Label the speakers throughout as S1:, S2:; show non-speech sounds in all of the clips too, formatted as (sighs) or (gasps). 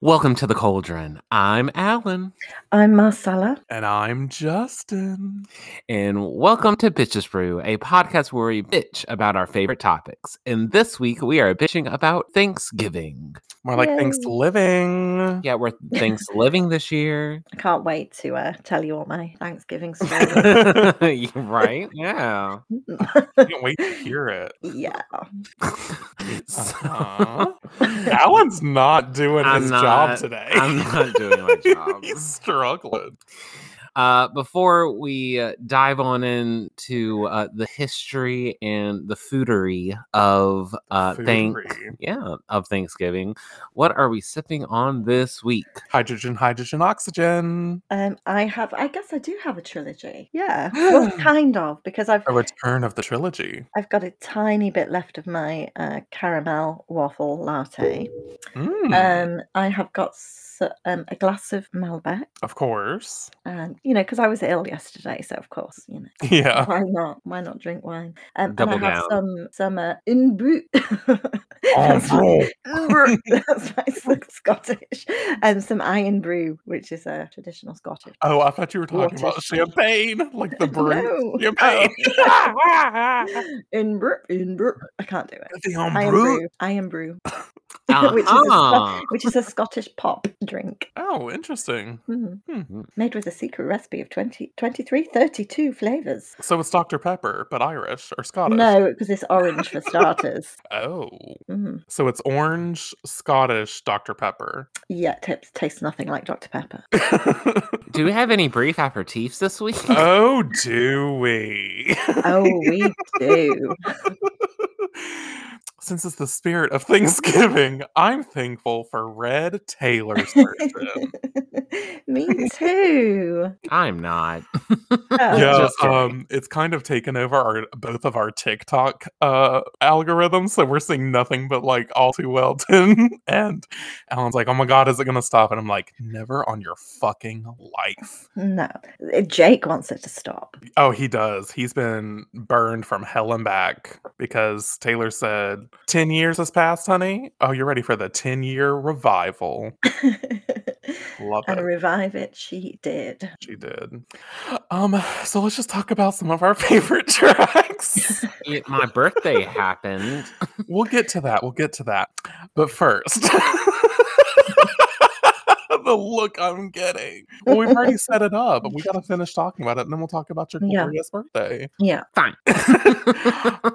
S1: Welcome to the Cauldron. I'm Alan,
S2: I'm Marcella.
S3: And I'm Justin.
S1: and welcome to Bitches Brew, a podcast where we bitch about our favorite topics. And this week we are bitching about Thanksgiving.
S3: More like thanks to living.
S1: Yeah, we're Thanksgiving this year, (laughs)
S2: I can't wait to uh, tell you all my Thanksgiving story.
S1: (laughs) You- right? Yeah. (laughs)
S3: Can't wait to hear it.
S2: yeah.
S3: Uh-huh. (laughs) Alan's not doing
S1: I'm
S3: his
S1: not-
S3: job today.
S1: I'm not doing
S3: (laughs)
S1: my job.
S3: He's struggling.
S1: Uh, before we uh, dive on into uh, the history and the foodery of uh,
S3: Food
S1: thank-
S3: free.
S1: yeah, of Thanksgiving. What are we sipping on this week?
S3: Hydrogen, hydrogen, oxygen.
S2: Um, I have. I guess I do have a trilogy. Yeah.
S1: (gasps)
S2: Well, kind of, because I've
S3: A return of the trilogy.
S2: I've got a tiny bit left of my uh, caramel waffle latte.
S1: Hmm.
S3: Mm,
S1: Uh,
S2: Um, I have got s- um, a glass of Malbec,
S1: (laughs)
S3: of course.
S2: and you know, because I was ill yesterday, so of course, you know.
S3: Yeah.
S2: Why not? Why not drink wine? Um,
S1: Oh. Double
S2: and I have
S1: down.
S2: some some uh, in (laughs) boot.
S3: Oh, bro.
S2: Brew. (laughs) That's
S3: (laughs)
S2: why it's like (laughs) Scottish. And some iron brew, which is a traditional Scottish.
S3: oh, I thought you were talking
S1: (laughs)
S2: Water.
S3: about champagne, like the brew.
S1: Oh,
S2: No.
S3: Champagne.
S2: In brew, in brew. I can't do it.
S3: The um,
S2: Iron
S3: brew.
S2: brew. Iron brew. which, is a
S1: Uh-huh.
S2: Sco- which is a Scottish pop drink.
S3: Oh, interesting.
S2: Mhm.
S3: Hmm.
S2: Made with a secret recipe of 20, 23, 32 flavours.
S3: So it's Dr. Pepper, but Irish or Scottish.
S2: No, because it's orange for starters.
S3: Oh.
S2: Mhm.
S3: So it's orange Scottish Dr.
S1: (laughs)
S3: Pepper.
S2: Yeah, it t- tastes nothing like Dr. Pepper.
S1: Do we have any brief aperitifs this week?
S3: oh, do we? (laughs)
S2: Oh, we do.
S3: Since it's the spirit of Thanksgiving, I'm thankful for
S1: (laughs)
S3: Red Taylor's version.
S2: (laughs) Me too.
S1: I'm not.
S2: Oh,
S3: (laughs) yeah,
S1: Just kidding.
S3: um, it's kind of taken over our both of our TikTok uh algorithms, so we're seeing nothing but like all too well Tim. (laughs) and Alan's like, "Oh my god, is it gonna stop?" And I'm like, "Never on your fucking life."
S2: No, Uh, Jake wants it to stop.
S3: Oh, he does. He's been burned from hell and back because Taylor said, 10 years has passed, honey. Oh, you're ready for the 10 year revival.
S2: (laughs) and
S3: Love it.
S2: revive it, she did.
S3: She did. Um, so let's just talk about some of our (laughs) favorite
S2: (laughs)
S3: tracks.
S1: It- my birthday happened.
S3: we'll get to that. We'll get to that. But first, (laughs) the look I'm getting. Well, we've already set it up, but we gotta finish talking about it, and then we'll talk about your
S2: Yeah.
S3: glorious birthday.
S2: Yeah.
S1: Fine.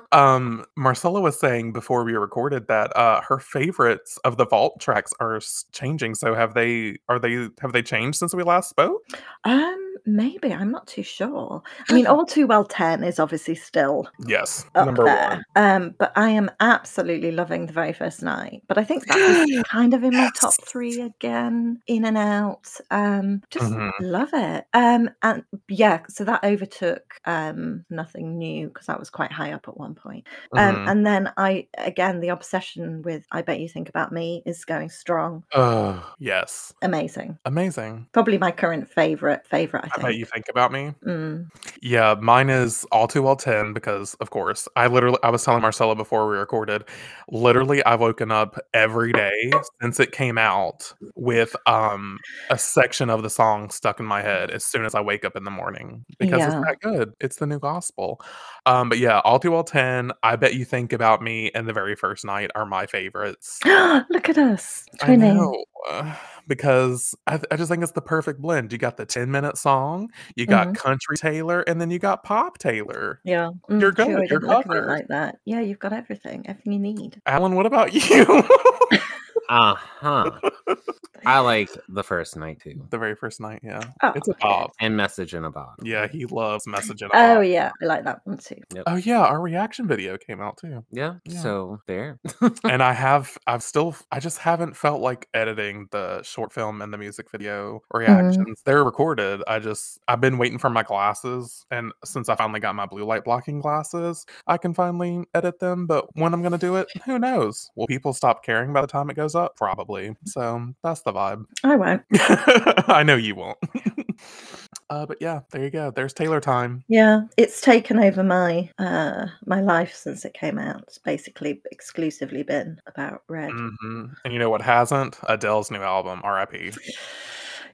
S3: (laughs) um marcella was saying before we recorded that uh her favorites of the vault tracks are s- changing so have they are they have they changed since we last spoke
S2: Um, maybe I'm not too sure. I mean, all too well. Ten is obviously still
S3: yes
S2: up
S3: number
S2: there. Um, but I am absolutely loving the very first night. But I think that was kind of in my top three again. In and out. Um, just
S3: Mhm.
S2: love it. Um, and yeah, so that overtook um nothing new because that was quite high up at one point.
S3: one
S2: Um, and then I again the obsession with I bet you think about me is going strong,
S3: Mhm. Ugh, (sighs) yes
S2: amazing.
S3: amazing
S2: Probably my current favorite favorite. I
S3: I
S2: think.
S3: bet you think about me.
S2: Mm. (gasps)
S3: Yeah, mine is all too well 10 because, of course, I literally, I was telling Marcella before we recorded, literally, I've woken up every day since it came out with um a section of the song stuck in my head as soon as I wake up in the morning because
S2: Yeah.
S3: it's that good. It's the new gospel. Um, but yeah, all too well 10, I bet you think about me and the very first night are my favorites.
S2: Look at us
S3: I
S2: twinning.
S3: know. uh, Because I, th- I just think it's the perfect blend. You got the 10 minute song, you got
S2: Mm-hmm.
S3: country Taylor, and then you got pop Taylor.
S2: Yeah, Mm,
S3: You're
S2: gee,
S3: good,
S2: I
S3: you're
S2: didn't look at it
S3: covered.
S2: like that. Yeah, you've got everything, everything you need.
S3: Alan, what about (laughs) you?
S1: Uh huh. I like the first night too,
S3: the very first night, yeah.
S2: Oh,
S3: It's a
S2: okay.
S3: pop.
S1: and message in a bottle.
S3: Yeah, he loves messaging.
S2: Oh yeah, I like that one too.
S3: Oh yeah, our reaction video came out too.
S1: Yeah.
S3: Yeah.
S1: So there.
S3: and I have I've still I just haven't felt like editing the short film and the music video reactions. They're recorded. I just I've been waiting for my glasses and since I finally got my blue light blocking glasses, I can finally edit them, but when I'm going to do it, who knows? Will people stop caring by the time it goes up? (laughs) Probably. So, that's the vibe.
S2: I won't.
S3: I know you won't. (laughs) Uh, but yeah, there you go. There's Taylor time.
S2: Yeah, it's taken over my uh my life since it came out. It's basically exclusively been about Red.
S3: hmm And you know what hasn't? Adele's new album, R.I.P.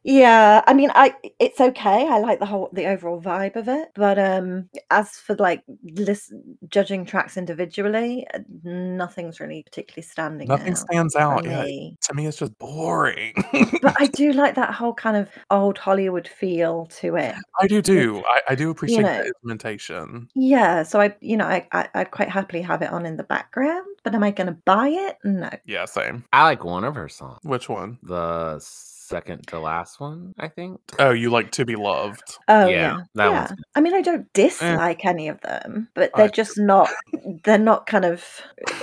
S2: Yeah, I mean, I it's okay. I like the whole the overall vibe of it, but um, as for like listen, judging tracks individually, uh, nothing's really particularly standing.
S3: Nothing
S2: out
S3: stands
S2: for
S3: out. Yeah,
S2: me.
S3: to me, it's just boring. (laughs)
S2: But I do like that whole kind of old Hollywood feel to it.
S3: I do too. I, I do appreciate
S2: know.
S3: the instrumentation.
S2: Yeah, so I, you know, I, I I'd quite happily have it on in the background, but am I going to buy it? No.
S3: Yeah, same.
S1: I like one of her songs.
S3: Which one?
S1: The second to last one, I think.
S3: Oh, you like to be loved.
S2: Oh
S1: Yeah,
S2: yeah,
S1: that one's
S2: yeah. I mean, I don't dislike any of them, but they're
S3: I-
S2: just not. They're not kind of.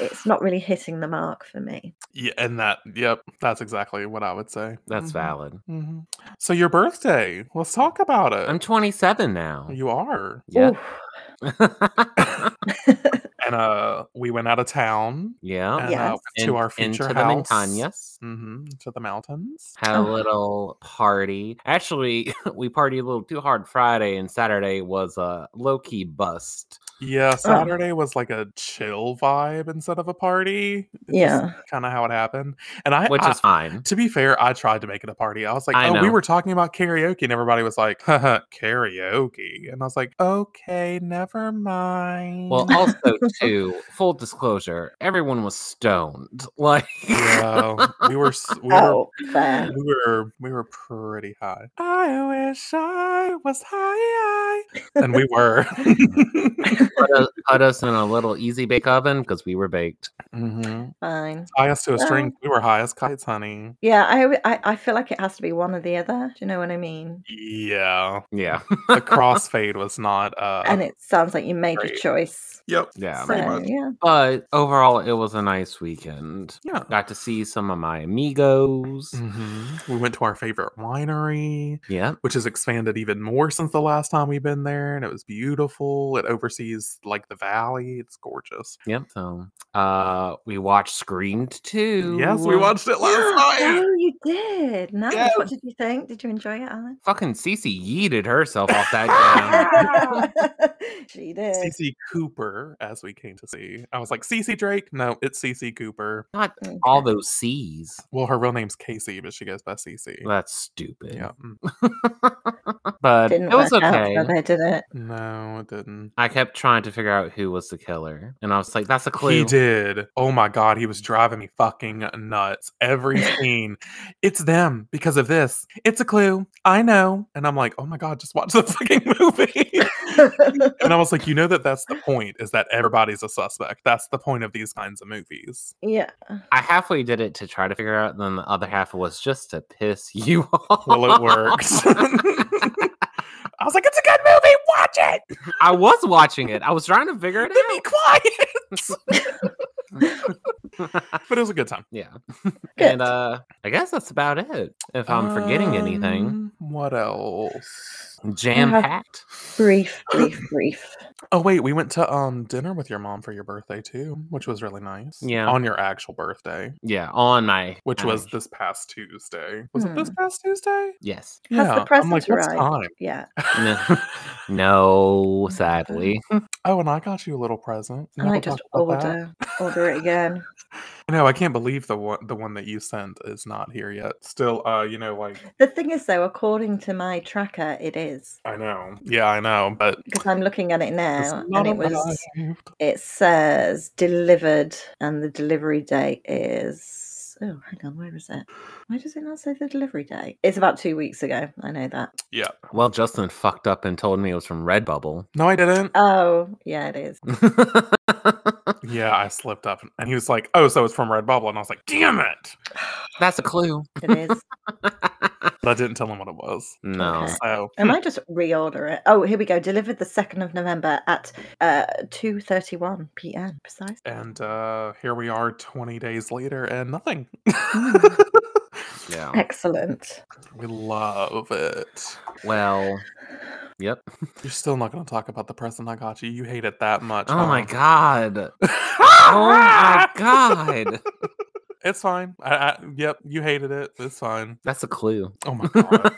S2: It's not really hitting the mark for me.
S3: Yeah, and that. Yep, that's exactly what I would say.
S1: That's
S3: Mhm,
S1: valid.
S3: mhm. So your birthday. Let's talk about it.
S1: I'm 27 now.
S3: you are.
S1: Yeah.
S2: Oof.
S3: And uh, we went out of town
S1: (laughs) yeah.
S3: and uh,
S2: Yes.
S3: went to
S1: In-
S3: our future
S1: into
S3: house.
S1: the montañas.
S3: hmm to the mountains.
S1: Had a
S2: Oh.
S1: little party. Actually, (laughs) we partied a little too hard Friday, and Saturday was a low key bust.
S3: Yeah, Saturday was like a chill vibe instead of a party.
S2: Yeah.
S3: kind of how it happened. And I,
S1: which
S3: I-
S1: is fine.
S3: to be fair, I tried to make it a party. I was like,
S1: I
S3: oh, we
S1: know.
S3: were talking about karaoke, and everybody was like, Haha, karaoke, and I was like, okay, never mind. (laughs)
S1: Well, also too, full disclosure, everyone was stoned. (laughs) Like,
S3: yeah, we were s- we were
S2: Oh, fair.
S3: We were we were pretty high. I wish I was high, and we were. (laughs)
S1: put, us, put us in a little easy bake oven because we were baked.
S2: (laughs)
S3: Mhm.
S2: Fine.
S3: Highest to a string.
S2: Well-
S3: We were high as kites, honey.
S2: Yeah, I, alwa- I I feel like it has to be one or the other. Do you know what I mean?
S3: Yeah, (laughs)
S1: Yeah, (laughs)
S3: the crossfade was not. Uh,
S2: And it sounds like you made your
S3: great.
S2: choice.
S3: yep.
S1: yeah.
S2: So
S3: Pretty much.
S2: yeah,
S1: But overall, it was a nice weekend.
S3: Yeah.
S1: Got to see some of my amigos.
S3: Mhm. We went to our favorite winery,
S1: Yeah,
S3: which has expanded even more since the last time we've been there, and it was beautiful. It oversees like the valley. It's gorgeous.
S1: yeah. So, uh, we watched Screamed too.
S3: Yes, we watched it last night.
S2: oh, you did. Nice. What did you think? Did you enjoy it, Alan?
S1: Fucking Cece yeeted herself off that.
S2: (laughs)
S1: damn-
S3: Ah.
S2: she did.
S3: CC Cooper, as we came to see. I was like, CC Drake? No, it's CC Cooper.
S1: Not
S2: Okay.
S1: all those C's.
S3: Well, her real name's Casey, but she goes by CC.
S1: That's stupid.
S3: Yeah. mm,
S1: But
S2: Didn't
S1: it was
S2: work out
S1: okay.
S2: for her, did it?
S3: No, it didn't.
S1: I kept trying to figure out who was the killer, and I was like, "That's a clue."
S3: He did. Oh my God, he was driving me fucking nuts. (laughs) Every scene, it's them because of this. It's a clue. I know. And I'm like, oh my God, just watch the fucking (laughs) movie. (laughs) and I was like, you know that that's the point is that everybody's a suspect. That's the point of these kinds of movies.
S2: (laughs) yeah.
S1: I halfway did it to try to figure out, and then the other half was just to piss (laughs) you off.
S3: Well, it worked. (laughs) I was like, it's a good movie. Watch it.
S1: I was watching it. I was trying to figure it
S3: Be
S1: out.
S3: quiet. (laughs) but it was a good time.
S1: Yeah,
S2: (laughs) Good.
S1: and uh, I guess that's about it. If I'm forgetting anything,
S3: Um, What else?
S2: Um,
S1: jam packed.
S2: brief, brief, brief.
S3: Oh wait, we went to um dinner with your mom for your birthday too, which was really nice.
S1: Yeah.
S3: On your actual birthday,
S1: Yeah, on my
S3: which was
S1: gosh.
S3: this past Tuesday. Was it this
S2: Hmm.
S3: past Tuesday?
S1: yes.
S2: Has the
S3: I'm like,
S2: present
S3: what's
S2: arrived?"
S3: time? (laughs)
S2: Yeah.
S1: No, no, sadly.
S3: Oh, and I got you a little present.
S2: And
S3: Never
S2: I just
S3: talked about that.
S2: order order it again.
S3: No, I can't believe the one the one that you sent is not here yet. Still, uh, you know, like
S2: The thing is though, according to my tracker, it is.
S3: I know. Yeah, I know, but
S2: Because I'm looking at it
S3: it's
S2: now and
S3: not
S2: it was
S3: arrived.
S2: it says delivered and the delivery date is oh hang on, where is it? Why does it not say the delivery date? It's about two weeks ago. I know that.
S3: Yeah.
S1: Well, Justin fucked up and told me it was from Redbubble.
S3: No, I didn't.
S2: Oh, yeah, it is. Oh.
S3: Yeah, I slipped up, and he was like, "Oh, so it's from Redbubble," and I was like, "Damn it!"
S1: (laughs) That's a clue.
S2: It is.
S3: But I didn't tell him what it was.
S1: No.
S2: Okay.
S3: So
S2: I might just reorder it. Oh, here we go. Delivered the second of November at uh, two thirty one p.m. Precise.
S3: and uh here we are 20 days later and nothing
S1: Yeah.
S2: Hmm, Excellent.
S3: we love it
S1: Well, yep.
S3: you're still not going to talk about the present i got you you hate it that much
S1: Oh my
S3: huh?
S1: (laughs)
S3: Ah!
S1: god.
S3: (laughs)
S1: Oh my god.
S3: it's fine I, I, yep you hated it it's fine
S1: (laughs) That's a clue.
S3: oh my god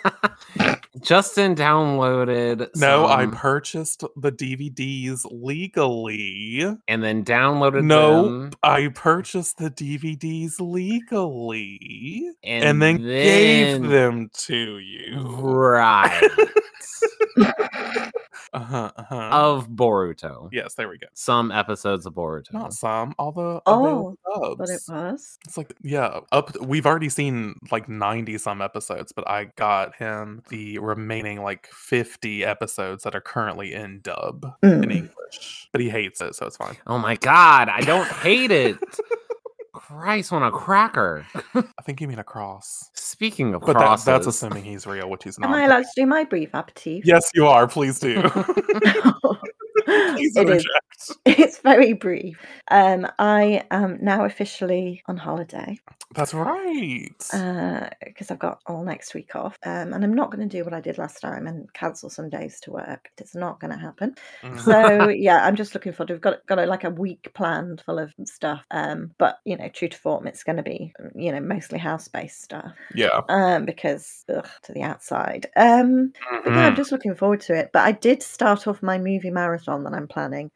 S1: Justin downloaded.
S3: No, I
S1: some
S3: purchased the DVDs legally.
S1: and then downloaded
S3: No,
S1: them,
S3: I purchased the DVDs legally
S1: and,
S3: and, then, gave
S1: then-
S3: them to you. (laughs)
S1: right
S3: Uh-huh, uh-huh.
S1: of Boruto.
S3: yes, there we go.
S1: Some episodes of Boruto.
S3: Not some, all the
S2: Oh,
S3: oh,
S2: But it was.
S3: It's like yeah, up we've already seen like 90 some episodes, but I got him the remaining like 50 episodes that are currently in dub in
S2: Mm.
S3: English. But he hates it, so it's fine.
S1: Oh my god, I don't hate it. Christ on a cracker.
S3: I think you mean a cross.
S1: Speaking of
S3: But that,
S1: crosses,
S3: that's assuming he's real, which he's
S2: Hmm. Am I
S3: not.
S2: allowed to do my brief aperitif? (laughs)
S3: Yes, you are. Please do. (laughs) Please
S2: it
S3: do
S2: is. (laughs)
S3: object.
S2: It's very brief. Um, I am now officially on holiday.
S3: That's right.
S2: Uh, because I've got all next week off, um, and I'm not going to do what I did last time and cancel some days to work. It's not going to happen. (laughs)
S3: Mm.
S2: So yeah, I'm just looking forward. We've got got a, like a week planned full of stuff, um, but you know, true to form, it's going to be um, you know mostly house based stuff
S3: yeah.
S2: um, because ugh, to the outside. Um, but yeah, I'm
S3: Mhm.
S2: just looking forward to it. But I did start off my movie marathon that I'm planning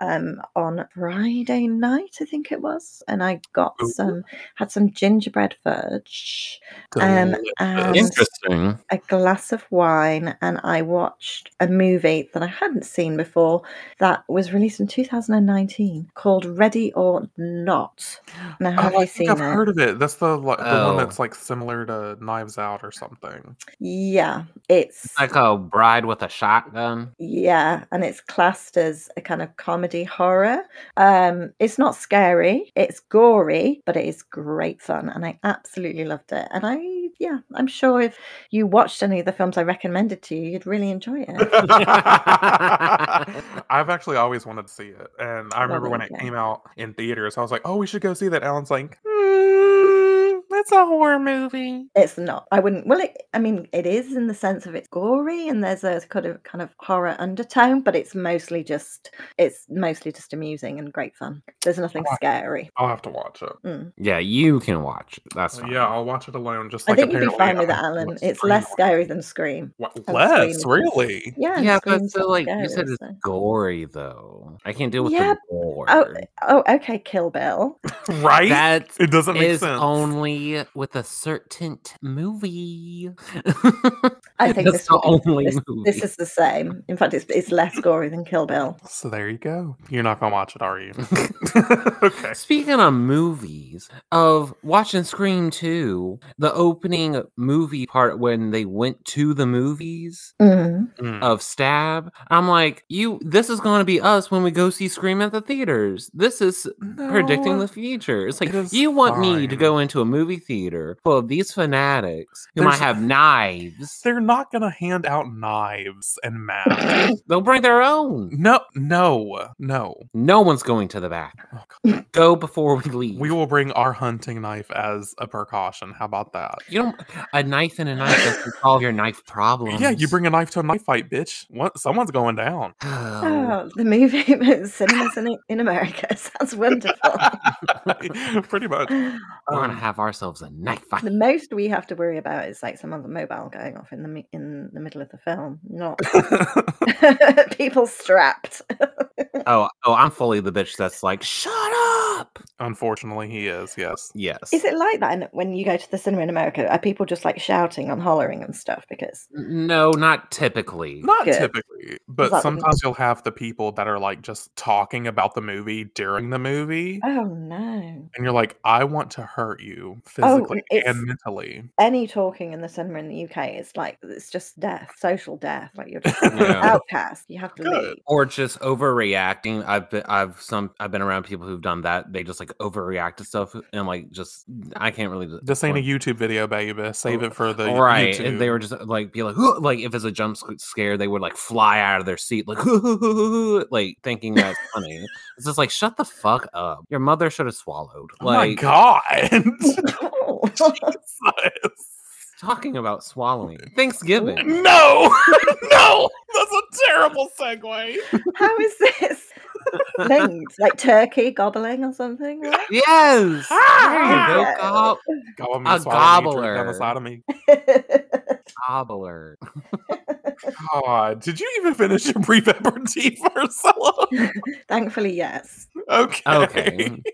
S2: um, on Friday night, I think it was, and I got
S3: Ooh.
S2: some had some gingerbread fudge um,
S3: Deli-
S2: and
S1: interesting.
S2: a glass of wine, and I watched a movie that I hadn't seen before that was released in 2019 called Ready or Not. Now,
S3: Oh,
S2: have
S3: I
S2: you
S3: think
S2: seen
S3: I've
S2: it?
S3: heard of it. That's the like, the
S1: Oh.
S3: one that's like similar to Knives Out or something.
S2: Yeah, it's
S1: It's like a bride with a shotgun.
S2: Yeah, and it's classed as a kind of comedy horror. Um, it's not scary, it's gory, but it is great fun, and I absolutely loved it. And I, yeah, I'm sure if you watched any of the films I recommended to you, you'd really enjoy it.
S3: (laughs) I've actually always wanted to see it, and I
S2: Well,
S3: remember
S2: there
S3: when
S2: you
S3: it
S2: go.
S3: came out in theaters, I was like, "Oh, we should go see that." Alan's like, mm, "That's a horror movie."
S2: It's not. I wouldn't. Well, it, I mean, it is in the sense of it's gory and there's a kind of kind of horror undertone, but it's mostly just it's mostly just amusing and great fun. There's nothing
S3: Right.
S2: scary.
S3: I'll have to watch it.
S2: Mm.
S1: Yeah, you can watch. it. That's fine.
S3: Oh, Yeah, I'll watch it alone. Just
S2: I
S3: like
S2: think you'd be
S3: apparently
S2: fine with it,
S3: I'm-
S2: Alan.
S3: what's
S2: It's
S3: Scream
S2: less
S3: on?
S2: scary than Scream.
S3: What-
S2: than
S3: less,
S2: Scream. (laughs)
S3: really.
S2: Yeah, and
S1: Yeah, but
S2: Scream's
S1: so
S2: not
S1: like you said,
S2: (laughs) scary,
S1: it's
S2: so-
S1: gory though. I can't deal with
S2: Yeah,
S1: the gore.
S2: oh, oh, okay, Kill Bill.
S3: Right?
S1: That
S3: it doesn't make
S1: is
S3: sense.
S1: only with a certain t- movie. (laughs)
S2: I think
S1: That's
S2: this
S1: the
S2: will
S1: only
S2: this,
S1: movie.
S2: this is the same. In fact, it's,
S1: (laughs)
S2: it's less gory than Kill Bill.
S3: So there you go. You're not gonna watch it, are
S1: (laughs)
S3: you? (laughs) (laughs) okay.
S1: Speaking of movies, of watching Scream 2, the opening movie part when they went to the movies
S2: Mm.
S3: Mm.
S1: of Stab, I'm like, you this is gonna be us when we go see Scream at the theaters. This is predicting
S3: No.
S1: the future. It's like
S3: it is
S1: you want me to
S3: fine.
S1: go into a movie theater full of these fanatics who might
S3: There's-
S1: have knives.
S3: They're not gonna hand out knives
S1: (laughs)
S3: and masks.
S1: They'll bring their own.
S3: no, no, no.
S1: No one's going to the back.
S3: Oh,
S1: Go before we leave.
S3: We will bring our hunting knife as a precaution. How about that?
S1: you don't a knife and a knife doesn't solve your knife problems.
S3: Yeah, you bring a knife to a knife fight, bitch. What? Someone's going down. (laughs)
S1: Oh.
S2: Oh, the movie (laughs) cinemas in, in America (laughs) sounds
S1: (laughs)
S2: wonderful.
S3: Pretty much.
S2: the
S1: We're gonna
S3: Um,
S1: have ourselves a knife fight.
S2: most we have to worry about is like someone's mobile going off in the mi- in the middle of the film, not (laughs) people strapped.
S1: Oh, oh, I'm fully the bitch that's like, shut up.
S3: Unfortunately, he is. Yes.
S1: Yes.
S2: Is it like that in, when you go to the cinema in America? Are people just like shouting and hollering and stuff? Because
S1: No, not typically.
S3: Not
S2: Good.
S3: typically, but
S2: that-
S3: sometimes you'll have the people that are like just talking about the movie during the movie,
S2: oh no,
S3: and you're like, "I want to hurt you
S2: Oh,
S3: physically
S2: it's-
S3: and mentally."
S2: any talking in the cinema in the UK is like it's just death, social death. Like you're just
S1: Yeah.
S2: outcast. You have to
S3: Good.
S2: leave.
S1: Or just overreacting. I've been, I've some I've been around people who've done that. They just like overreact to stuff and like just I can't really. d-
S3: This ain't a
S1: like-
S3: YouTube video, baby. Save it for the
S1: right.
S3: YouTube.
S1: And they were just uh, like be like "Huh," like if it's a jump sc- scare, they would like fly out of their seat like (laughs) like thinking that's funny. It's just like shut the fuck up. Your mother should have swallowed.
S3: oh my
S1: like
S3: god.
S2: (laughs)
S3: (laughs) Jesus.
S1: talking about
S3: (laughs)
S1: swallowing Thanksgiving.
S3: No, (laughs) no, that's a terrible segue.
S2: How is this linked? Like turkey gobbling or something? (laughs) What?
S3: (laughs)
S1: Yes. There you go,
S2: Yeah.
S1: Gob.
S3: Gobble me,
S1: A
S3: swallow me, drip down
S1: gobbler.
S3: the side of me.
S1: cobbler.
S3: God, did you even finish your (laughs) pre tea Marcella?
S2: Thankfully, yes.
S3: Okay.
S1: Okay.
S3: (laughs)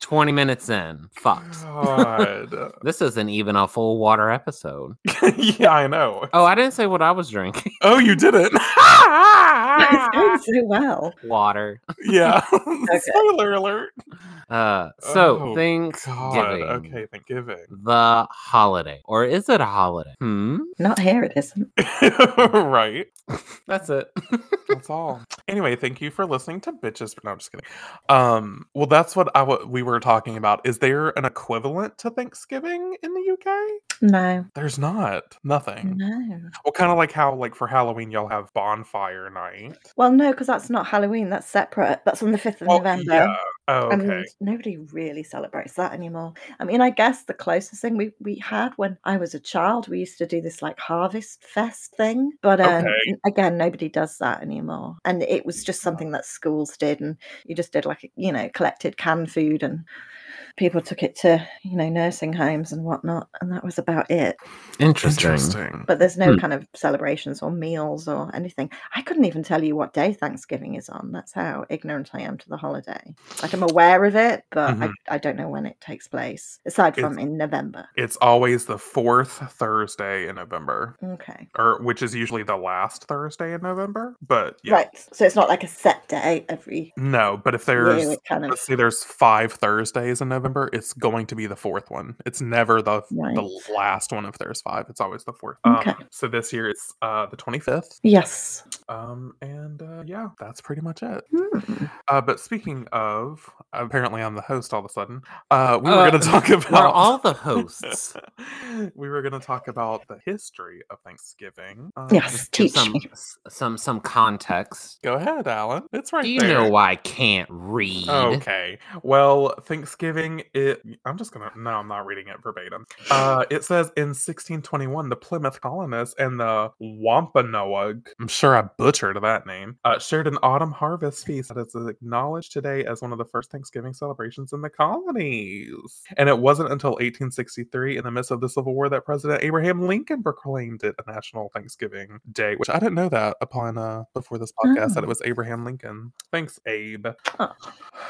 S1: 20 minutes in. Fucked.
S3: God. (laughs)
S1: This isn't even a full water episode.
S3: yeah, I know.
S1: Oh, I didn't say what I was
S3: (laughs)
S1: drinking. (laughs)
S3: Oh, you didn't.
S2: It's going so well.
S1: Water.
S2: (laughs)
S3: yeah. Spoiler alert.
S1: Uh so
S3: Oh, God.
S1: Thanksgiving.
S3: Okay, Thanksgiving.
S1: The holiday. Or is it a holiday? Hmm.
S2: Not here, it isn't.
S3: (laughs) right.
S1: That's it. (laughs)
S3: That's all. Anyway, thank you for listening to bitches. No, I'm just kidding. Um, well, that's what I w- we were talking about. Is there an equivalent to Thanksgiving in the UK?
S2: No,
S3: There's not. Nothing.
S2: no.
S3: Well, kind of like how, like for Halloween, y'all have bonfire night.
S2: Well, no, because that's not Halloween. That's separate. That's on the fifth of
S3: Oh,
S2: November.
S3: yeah. Oh, okay.
S2: And nobody really celebrates that anymore. I mean, I guess the closest thing we, we had when I was a child, we used to do this like harvest fest thing. But um,
S3: Okay.
S2: n- again, nobody does that anymore. And it was just something that schools did. And you just did like, you know, collected canned food and people took it to, you know, nursing homes and whatnot. And that was about it.
S1: Interesting.
S3: Interesting.
S2: But there's no
S1: Hmm.
S2: kind of celebrations or meals or anything. I couldn't even tell you what day Thanksgiving is on. That's how ignorant I am to the holiday. Like I'm aware of it, but
S3: Mhm.
S2: I, I don't know when it takes place, aside
S3: It's-
S2: from in November.
S3: It's always the fourth Thursday in November,
S2: Okay.
S3: or which is usually the last Thursday in November. But yeah,
S2: Right. So it's not like a set day every
S3: no. But if
S2: year.
S3: there's
S2: It kind of
S3: let's say there's five Thursdays in November, it's going to be the fourth one. It's never the the
S2: Right.
S3: last one if there's five. It's always the fourth.
S2: Okay.
S3: Um, so this year it's uh, the 25th.
S2: Yes.
S3: Um, and uh, yeah, that's pretty much it.
S2: Hmm.
S3: Uh, but speaking of, apparently I'm the host all of a sudden. Uh, we
S1: Uh,
S3: were going to (laughs) talk about
S1: We're all the
S3: (laughs)
S1: hosts.
S3: we were going to talk about the history of Thanksgiving. Um,
S2: Yes.
S1: Give
S2: Teach
S1: some,
S2: me.
S1: s- some some context.
S3: Go ahead, Alan. It's right
S1: Do you
S3: there.
S1: know why I can't read?
S3: Okay. Well, Thanksgiving. It. I'm just gonna. No, I'm not reading it verbatim. Uh, it says in 1621, the Plymouth colonists and the Wampanoag. I'm sure I butchered that name. Uh, shared an autumn harvest feast that is acknowledged today as one of the first Thanksgiving celebrations in the colonies. And it wasn't until 1863, in the midst of the Civil War, that President Abraham Lincoln proclaimed it a national Thanksgiving day. Which I didn't know that upon uh before this podcast that it
S2: Oh.
S3: was Abraham Lincoln. Thanks, Abe.
S2: Oh.
S3: (sighs)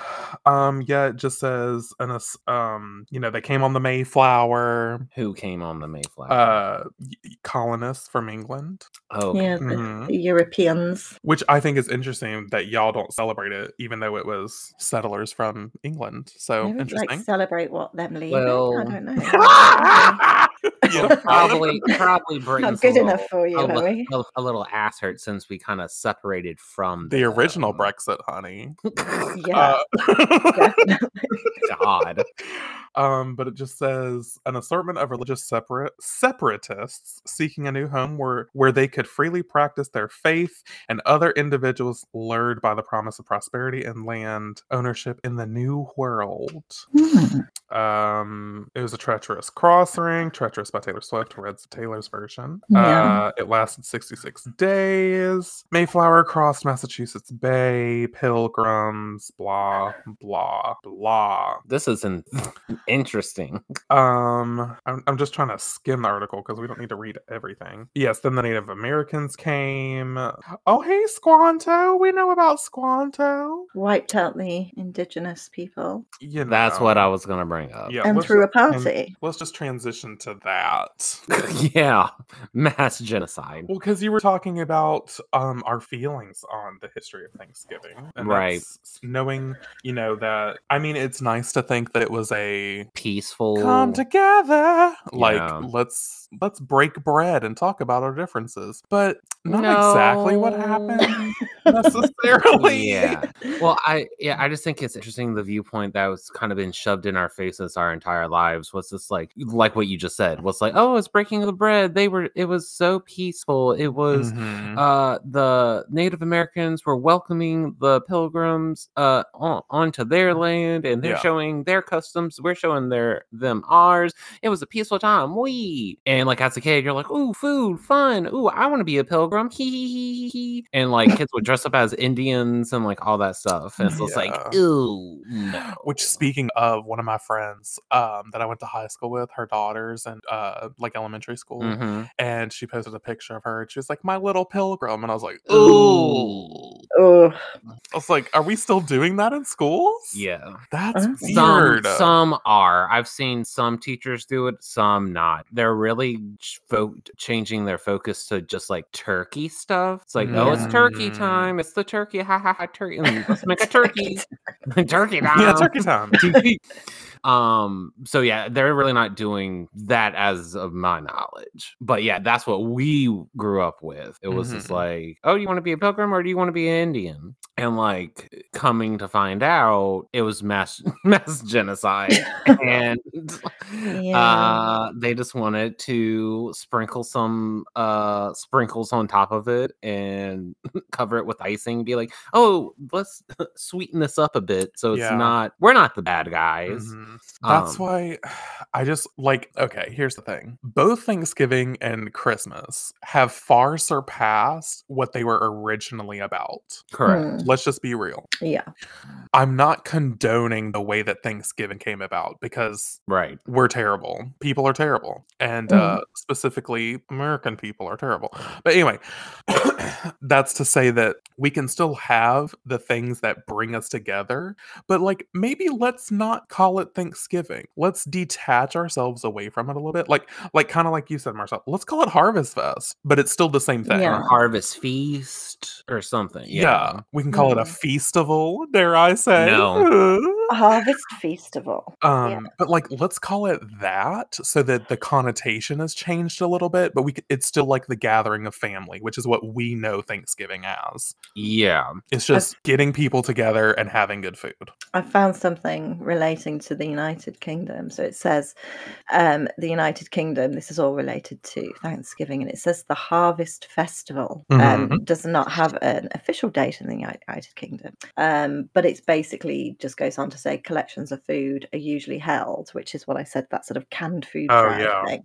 S3: Um, yeah, it just says, and us, um, you know, they came on the Mayflower,
S1: Who came on the Mayflower?
S3: uh, y- y- colonists from England,
S1: okay.
S2: Yeah. The, (laughs)
S3: Mhm.
S2: the Europeans.
S3: which I think is interesting that y'all don't celebrate it, even though it was settlers from England. So
S2: Maybe, like
S3: interesting.
S2: celebrate what them leaving. I
S1: Well-
S2: don't know. (laughs)
S3: Yeah,
S1: probably probably
S2: Not
S1: Britain's a
S2: good
S1: little-
S2: enough for you,
S1: a,
S2: Louis.
S1: li- a- a little ass hurt since we kind of separated from
S3: The original
S1: um,
S3: Brexit, honey.
S2: Yeah.
S3: Uh, (laughs)
S2: definitely.
S1: (laughs) God.
S3: um, but it just says an assortment of religious separate separatists seeking a new home where where they could freely practice their faith and other individuals lured by the promise of prosperity and land ownership in the new world.
S2: Hmm.
S3: Um, it was a treacherous cross ring, treacherous by Taylor Swift, Red's Taylor's version.
S2: Yeah.
S3: Uh, it lasted 66 days. Mayflower crossed Massachusetts Bay, pilgrims, blah, blah, blah.
S1: This is an (laughs) interesting.
S3: Um, I'm, I'm just trying to skim the article because we don't need to read everything. Yes, then the Native Americans came. Oh, hey, Squanto. We know about Squanto.
S2: Wiped out the indigenous people
S3: You know.
S1: That's what I was gonna bring up.
S3: Yeah,
S2: and
S3: let's
S2: threw a
S3: just- and
S2: party.
S3: let's just transition to that.
S1: (laughs) yeah. Mass genocide.
S3: Well, because you were talking about um our feelings on the history of Thanksgiving, and
S1: Right.
S3: that's s- Knowing, you know, that I mean, it's nice to think that it was a
S1: Peaceful.
S3: come together like
S1: Yeah.
S3: let's let's break bread and talk about our differences but not exactly what happened (laughs) necessarily (laughs)
S1: yeah. Well, I yeah, I just think it's interesting the viewpoint that was kind of been shoved in our faces our entire lives was this like like what you just said was like oh it's breaking of the bread they were it was so peaceful it was
S3: Mhm.
S1: uh the Native Americans were welcoming the pilgrims uh on, onto their land and they're
S3: Mm-hmm. Yeah.
S1: showing their customs we're showing their them ours. It was a peaceful time. We and like as a kid, you're like, ooh, food, fun. Ooh, I want to be a pilgrim. Hee hee hee hee hee. And
S3: (laughs)
S1: like kids would dress up as Indians and like all that stuff. And so it's like,
S3: Yeah.
S1: ooh, no.
S3: Which, speaking of, one of my friends um, that I went to high school with, her daughters and uh, like elementary school,
S1: Mhm.
S3: and she posted a picture of her. And she was like, "My little pilgrim," and I was like, "Ooh!"
S1: Ooh.
S2: Oh,
S3: I was like, "Are we still doing that in schools?"
S1: Yeah.
S2: Uh-huh.
S3: that's
S1: Some
S3: weird. uh,
S1: some are. I've seen some teachers do it, some not. They're really ch- fo- changing their focus to just like turkey stuff. It's like, oh, it's turkey
S3: Mm.
S1: time. It's the turkey. Ha ha ha. Turkey. Mm, Let's make a
S2: (laughs)
S1: turkey. turkey time.
S3: (laughs) yeah,
S1: (laughs)
S3: turkey time.
S1: um so yeah they're really not doing that as of my knowledge but yeah that's what we grew up with it was just
S3: Mhm.
S1: like oh you want to be a pilgrim or do you want to be an indian and like coming to find out it was mass (laughs) mass genocide and
S2: Yeah.
S1: uh they just wanted to sprinkle some uh sprinkles on top of it and (laughs) cover it with icing be like oh let's (laughs) sweeten this up a bit so it's
S3: Yeah.
S1: not we're not the bad guys
S3: Mhm. That's
S1: Um,
S3: why (sighs) I just like, okay, here's the thing. Both Thanksgiving and Christmas have far surpassed what they were originally about.
S1: correct
S2: mm,
S3: Let's just be real.
S2: yeah.
S3: I'm not condoning the way that Thanksgiving came about because
S2: Hmm.
S1: right
S3: we're terrible. People are terrible. And
S2: Mhm.
S1: Mm-hmm.
S3: uh, specifically, American people are terrible. But anyway, (coughs) that's to say that we can still have the things that bring us together. But like, maybe let's not call it Thanksgiving. Let's detach ourselves away from it a little bit. Like, like kind of like you said, Marcel, let's call it Harvest Fest, but it's still the same thing.
S1: or
S2: Yeah.
S1: harvest feast or something
S3: Yeah.
S1: yeah, Mm-hmm.
S3: we can call it a
S2: Mhm.
S3: festival, dare I say. (laughs)
S1: No.
S2: Harvest Festival.
S3: Um, but like, let's call it that, so that the connotation has changed a little bit. But we, c- it's still like the gathering of family, which is what we know Thanksgiving as.
S1: yeah.
S3: It's just getting people together and having good food.
S2: I found something relating to the United Kingdom. So it says um, the United Kingdom, this is all related to Thanksgiving, and it says the Harvest Festival
S3: Mm-hmm,
S2: um, does not have an official date in the Uni- United Kingdom. Um, but it's basically just goes on to say collections of food are usually held, which is what I said that sort of canned food
S3: Oh,
S2: drive
S3: yeah.
S2: thing,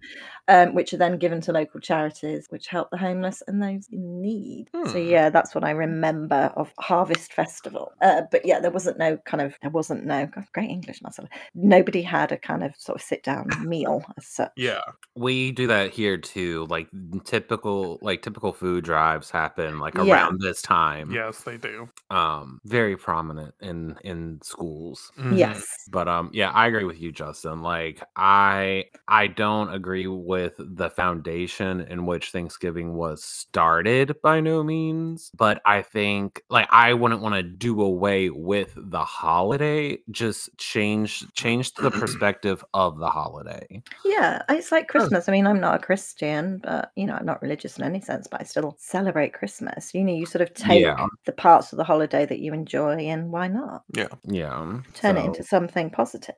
S2: um, which are then given to local charities which help the homeless and those in need. So
S3: Hmm.
S2: yeah, that's what I remember of Harvest Festival. Uh, but yeah, there wasn't no kind of there wasn't no God, great English, Marcella. Nobody had a kind of sort of sit down meal as such.
S3: Yeah,
S1: we do that here too like n- typical like typical food drives happen like
S2: Yeah.
S1: around this time
S3: yes, they do.
S1: um very prominent in in schools
S3: Mhm.
S2: Yes.
S1: but um yeah i agree with you justin like i i don't agree with the foundation in which thanksgiving was started by no means but i think like i wouldn't want to do away with the holiday just change change the perspective of the holiday
S2: Yeah, it's like Christmas. I mean, I'm not a Christian, but you know, I'm not religious in any sense, but I still celebrate Christmas. You know, you sort of take
S1: Yeah.
S2: the parts of the holiday that you enjoy and why not?
S1: yeah
S2: Turn it
S1: so-
S2: into something positive.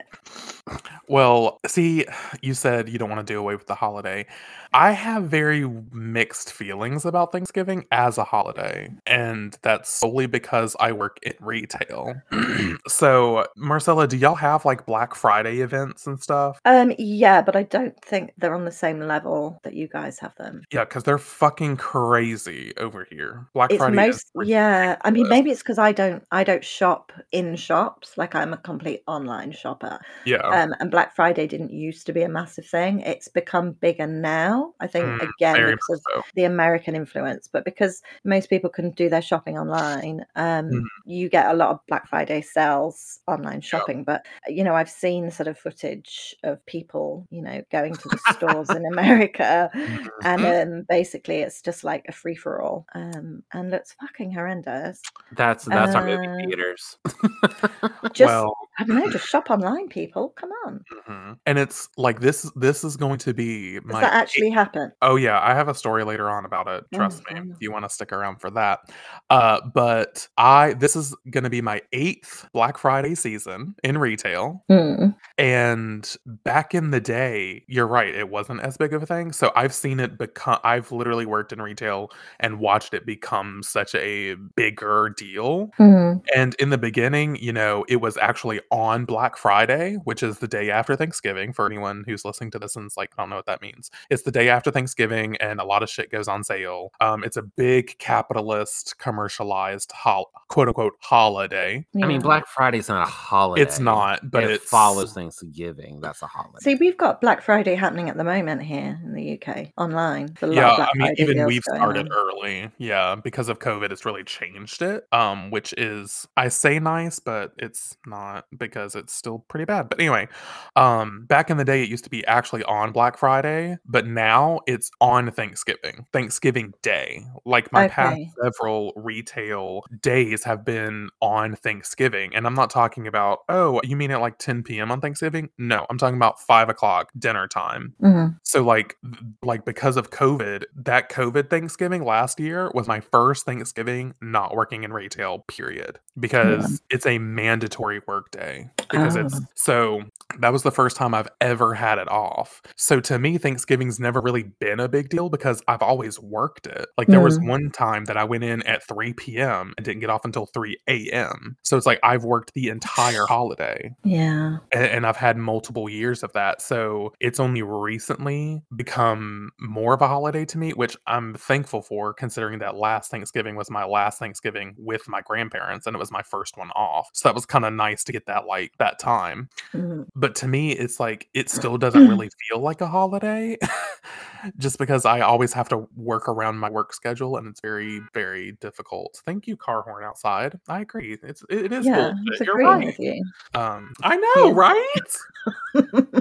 S3: Well, see, you said you don't want to do away with the holiday. I have very mixed feelings about Thanksgiving as a holiday, and that's solely because I work in retail. (clears throat) so, Marcella, do y'all have like Black Friday events and stuff?
S2: Um, yeah, but I don't think they're on the same level that you guys have them.
S3: Yeah, because they're fucking crazy over here. Black
S2: It's
S3: Friday. is
S2: most yeah. I mean,
S3: ridiculous.
S2: maybe it's because I don't I don't shop in shops. Like I'm a complete online shopper.
S3: yeah.
S2: Um, and Black Friday didn't used to be a massive thing. It's become bigger now. I think
S3: Mm,
S2: again
S3: very
S2: because of
S3: much so.
S2: the American influence, but because most people can do their shopping online, um,
S3: Mhm.
S2: you get a lot of Black Friday sales online
S3: Yeah.
S2: shopping. But you know, I've seen sort of footage of people, you know, going to the stores
S3: (laughs)
S2: in America, and
S3: Mm-hmm.
S2: um, basically it's just like a free for all, um, and looks fucking horrendous.
S1: That's that's our
S2: Uh,
S1: movie theaters.
S2: Just
S3: well,
S2: I don't know, just shop online, people. Come on,
S3: mhm. and it's like this. This is going to be
S2: does
S3: my
S2: that actually happen?
S3: Oh yeah, I have a story later on about it.
S2: Oh,
S3: Trust me,
S2: wow.
S3: if you want to stick around for that. Uh, but I this is going to be my eighth Black Friday season in retail,
S2: Mm.
S3: and back in the day, you're right, it wasn't as big of a thing. So I've seen it become. I've literally worked in retail and watched it become such a bigger deal.
S2: Mm.
S3: And in the beginning, you know, it was actually on Black Friday, which is the day after Thanksgiving, for anyone who's listening to this and's like, I don't know what that means. It's the day after Thanksgiving, and a lot of shit goes on sale. Um, it's a big capitalist, commercialized, hol- quote unquote, holiday.
S1: I mean,
S2: Yeah.
S1: Black Friday's not a holiday.
S3: It's not, but
S1: it
S3: it's
S1: follows Thanksgiving. That's a holiday.
S3: (laughs)
S2: See, we've got Black Friday happening at the moment here in the UK online. There's a lot of
S3: yeah
S2: Black
S3: i mean
S2: Friday
S3: even
S2: deals
S3: we've
S2: going
S3: started
S2: on.
S3: early yeah because of covid it's really changed it um which is i say nice but it's not because it's still pretty bad but anyway um back in the day it used to be actually on black friday but now it's on thanksgiving thanksgiving day like my past
S2: Okay.
S3: several retail days have been on thanksgiving and i'm not talking about oh you mean at like 10 p.m on thanksgiving no i'm talking about 5 o'clock dinner time
S2: Mhm.
S3: so like th- like because of COVID, that COVID Thanksgiving last year was my first Thanksgiving not working in retail period because it's a mandatory work day because it's so that was the first time I've ever had it off. So to me Thanksgiving's never really been a big deal because I've always worked it. Like there was one time that I went in at 3 p.m. and didn't get off until 3 a.m. So it's like I've worked the entire holiday
S2: Yeah.
S3: a- and, I've had multiple years of that. So it's only recently become more of a holiday to me, which I'm thankful for, considering that last Thanksgiving was my last Thanksgiving with my grandparents and it was my first one off. So that was kind of nice to get that like that time.
S2: Mhm.
S3: But to me, it's like it
S2: (clears throat)
S3: still doesn't really feel like a holiday. (laughs) Just because I always have to work around my work schedule and it's very, very difficult. Thank you, car horn outside. I agree. It's it, it is
S2: Yeah.
S3: bullshit.
S2: It's
S3: You're
S2: agreeing
S3: right.
S2: with you.
S3: Um, I know,
S2: Yeah.
S3: right?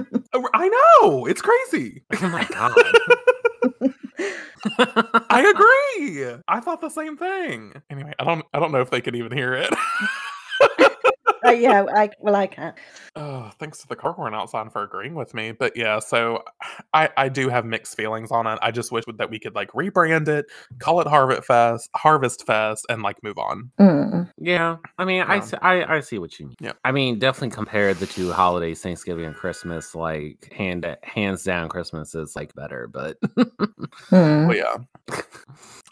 S3: Uh, I know. It's crazy.
S1: Oh
S2: (laughs)
S1: my god.
S3: I agree. I thought the same thing. Anyway, I don't I don't know if they can even hear it. (laughs)
S2: Uh, yeah. I, well, I can't.
S3: oh, thanks to the car horn outside for agreeing with me. But yeah, so I I do have mixed feelings on it. I just wish that we could like rebrand it, call it Harvest Fest, Harvest Fest, and like move on.
S2: Mm.
S1: Yeah, I mean, I
S3: Yeah.
S1: s- I, I see what you mean.
S3: Yeah.
S1: I mean, definitely compare the two holidays, Thanksgiving and Christmas. Like hand hands down, Christmas is like better. But (laughs)
S2: Mm.
S3: But yeah.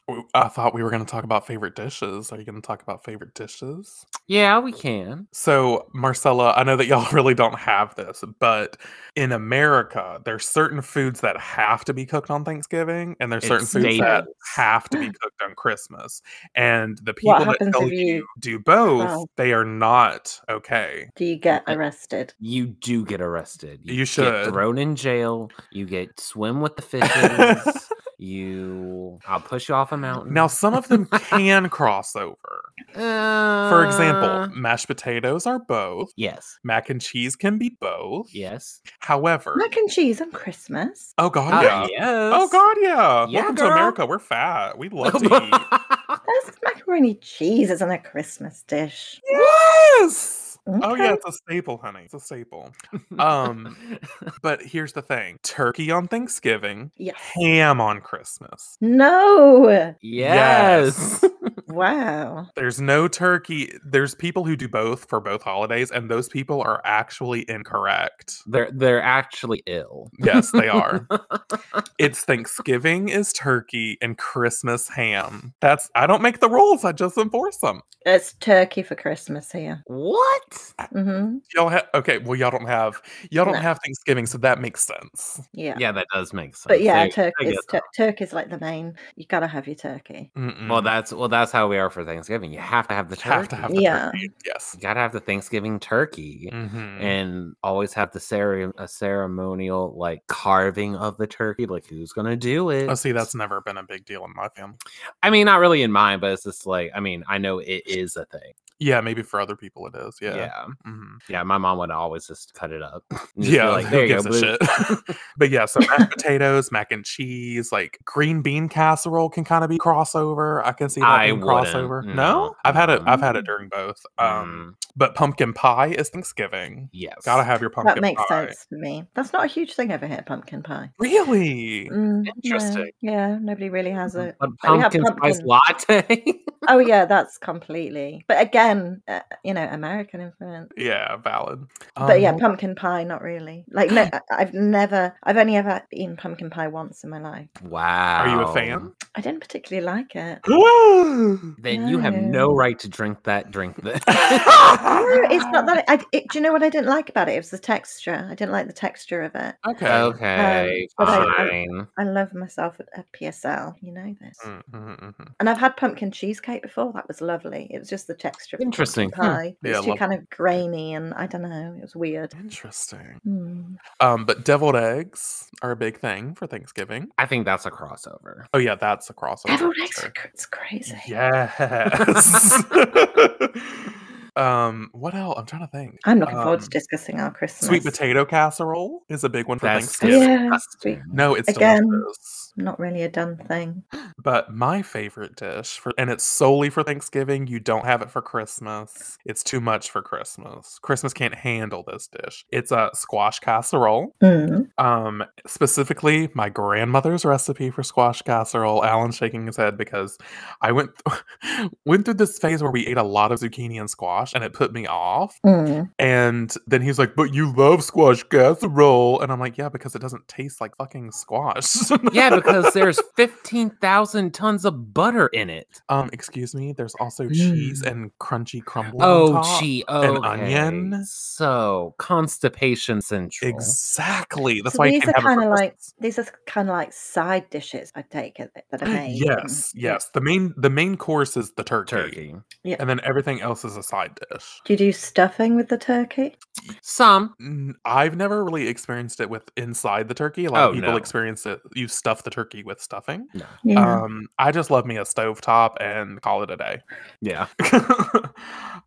S3: W- I thought we were going to talk about favorite dishes. Are you going to talk about favorite dishes?
S1: yeah, we can.
S3: So, Marcella, I know that y'all (laughs) really don't have this, but in America, there's certain foods that have to be cooked on Thanksgiving, and there's certain
S1: It's
S3: foods that
S1: staples.
S3: have to be cooked on Christmas. And the people
S2: What
S3: that
S2: happens
S3: tell
S2: if
S3: you,
S2: you-
S3: do both,
S2: Oh.
S3: they are not okay.
S2: Do you get
S1: Okay.
S2: arrested?
S1: You do get arrested.
S3: You
S1: get
S3: should.
S1: thrown in jail. You get swim with the
S3: (laughs)
S1: fishes. you, I'll push you off a mountain.
S3: Now, some of them can cross over. For example,
S1: Uh,
S3: mashed potatoes are both.
S1: yes,
S3: Mac and cheese can be both.
S1: yes.
S3: However,
S2: Mac and cheese on Christmas.
S3: oh god,
S1: Ah,
S3: yeah.
S1: yes.
S3: Oh
S1: (laughs)
S3: god, yeah.
S1: Yeah,
S3: Welcome
S1: girl.
S3: to America. We're fat.
S1: (laughs)
S3: We love to eat.
S2: That's macaroni cheese isn't a Christmas dish.
S3: Yes. Oh
S2: Okay.
S3: yeah, it's a staple, honey. It's a staple.
S2: (laughs)
S3: Um, But here's the thing: turkey on Thanksgiving,
S2: Yes.
S3: ham on Christmas.
S2: No.
S1: yes.
S2: Wow.
S3: There's no turkey. There's people who do both for both holidays, and those people are actually incorrect.
S1: they're they're actually ill.
S3: Yes, they
S2: (laughs)
S3: are. it's Thanksgiving is turkey and Christmas ham. That's I don't make the rules. I just enforce them.
S2: It's turkey for Christmas here.
S1: What?
S3: Ah.
S2: hmm
S3: Y'all have okay. Well, y'all don't have y'all don't
S2: No.
S3: have Thanksgiving, so that makes sense.
S2: Yeah.
S1: Yeah, that does make sense.
S2: But yeah,
S1: I-
S2: turkey
S1: I
S2: is
S1: get
S2: tur- turkey's like the main. You gotta have your turkey.
S3: Mm-mm.
S1: that. well, that's well, that's how we are for Thanksgiving. You have to have the turkey.
S3: have to have the
S2: Yeah.
S3: turkey. Yes.
S1: you gotta have the Thanksgiving turkey.
S3: Mhm.
S1: And always have the cere- a ceremonial like carving of the turkey, like who's gonna do it?
S3: Oh, see, that's never been a big deal in my family.
S1: I mean, not really in mine, but it's just like I mean, I know it is a thing.
S3: Yeah, maybe for other people it is. Yeah.
S1: Yeah, yeah.
S3: Mhm.
S1: my mom would always just cut it up. (laughs) and just be
S3: Yeah,
S1: like,
S3: who
S1: you go,
S3: gives
S1: boo."
S3: a shit? (laughs) but yeah, so mashed potatoes, mac and cheese, like green bean casserole can kind of be crossover. I can see that
S1: I
S3: being
S1: wouldn't,
S3: crossover. No,
S1: no,
S3: I've had it. I've had
S2: no.
S3: it during both. Um,
S1: Um,
S3: but pumpkin pie is Thanksgiving.
S1: yes,
S3: Gotta have your pumpkin.
S2: that makes
S3: pie.
S2: sense for me. That's not a huge thing over here, pumpkin pie.
S3: Really?
S2: Mm, no.
S1: Interesting. Mm-hmm.
S2: Yeah, nobody really has it.
S1: a
S2: Like, we have
S1: pumpkin spice
S2: pumpkin.
S1: latte.
S2: oh yeah, that's completely. But again, uh, you know, American influence.
S3: Yeah, valid.
S2: but yeah,
S3: Um,
S2: pumpkin pie, not really. Like no, I- I've never, I've only ever eaten pumpkin pie once in my life.
S1: (laughs) Wow.
S3: are you a fan?
S2: I didn't particularly like it.
S1: (laughs) Then you have no
S2: No.
S1: right to drink that
S2: (laughs)
S1: drink. Then.
S2: No, it's not that. I, it, do you know what I didn't like about it? It was the texture. I didn't like the texture of it.
S3: (gasps) okay.
S1: okay,
S2: Um, but I- I-
S1: fine.
S2: I love myself a- a PSL. You know this.
S3: Mm, mhm, mhm.
S2: And I've had pumpkin cheesecake before. That was lovely. It was just the texture of the pumpkin
S1: Interesting, hmm.
S2: pie. It
S3: Yeah,
S2: was too
S3: love-
S2: kind of grainy and I don't know. It was weird.
S3: Interesting.
S2: Mm.
S3: Um, but deviled eggs are a big thing for Thanksgiving.
S1: I think that's a crossover.
S3: Oh yeah, that's a crossover.
S2: Deviled
S3: for
S2: eggs
S3: sure.
S2: are cr- it's crazy.
S3: Yes. (laughs) um, what else? I'm trying to think.
S2: I'm looking forward to
S3: Um,
S2: discussing our Christmas.
S3: Sweet potato casserole is a big one for
S1: That's
S3: Thanksgiving.
S2: Oh, Yeah,
S1: disgusting.
S2: sweet.
S3: No, it's
S2: Again.
S3: delicious.
S2: Not really a done thing.
S3: But my favorite dish for and it's solely for Thanksgiving. You don't have it for Christmas. It's too much for Christmas. Christmas can't handle this dish. It's a squash casserole.
S2: Mm.
S3: Um, specifically my grandmother's recipe for squash casserole. Alan's shaking his head because I went (laughs) went through this phase where we ate a lot of zucchini and squash and it put me off.
S2: Mm.
S3: And then he's like, "But you love squash casserole," and I'm like, "Yeah, because it doesn't taste like fucking squash."
S1: yeah, because
S2: (laughs)
S1: there's 15,000 tons of butter in it.
S3: (laughs) um, excuse me. There's also cheese
S2: Mm.
S3: and crunchy crumble. on
S1: Oh,
S3: top.
S1: gee.
S3: an
S1: Okay.
S3: onion.
S1: So, constipation central.
S3: Exactly. That's
S2: So
S3: why you
S2: these
S3: can't
S2: are
S3: have it for
S2: kinda like-
S3: Christmas.
S2: These are kind of like side dishes. I take it that
S3: (gasps)
S2: are made.
S3: Yes,
S2: Yeah.
S3: yes. The main the main course is the turkey,
S1: Turkey.
S3: and then everything else is a side dish.
S2: Do you do stuffing with the turkey?
S1: Some.
S3: N- I've never really experienced it with inside the turkey. A lot
S1: Oh,
S3: of
S1: no.
S3: people
S1: Mm-hmm.
S3: experience it. You stuff the turkey with stuffing.
S1: No.
S2: Yeah.
S3: Um, I just love me a stovetop and call it a day. (laughs)
S1: Yeah.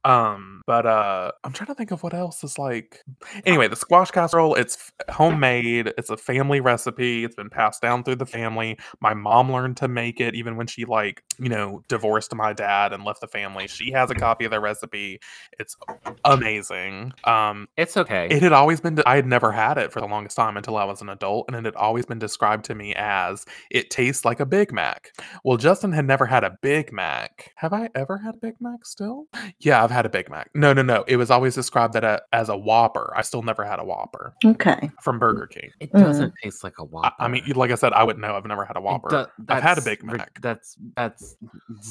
S3: um but uh i'm trying to think of what else is like anyway the squash casserole it's f- homemade it's a family recipe it's been passed down through the family my mom learned to make it even when she like you know divorced my dad and left the family she has a copy of the recipe it's amazing um
S1: It's okay.
S3: it had always been i had never had it for the longest time until i was an adult and it had always been described to me as it tastes like a big mac well justin had never had a big mac have i ever had a big mac still yeah i've had a big mac no no no it was always described that a, as a whopper i still never had a whopper
S2: okay.
S3: from burger king
S1: It
S2: Mm.
S1: doesn't taste like a
S3: I,
S1: whopper.
S3: I mean like i said i would know i've never had a
S1: It
S3: whopper
S1: do-
S3: i've had a
S1: that's
S3: big
S1: ri-
S3: mac
S1: That's that's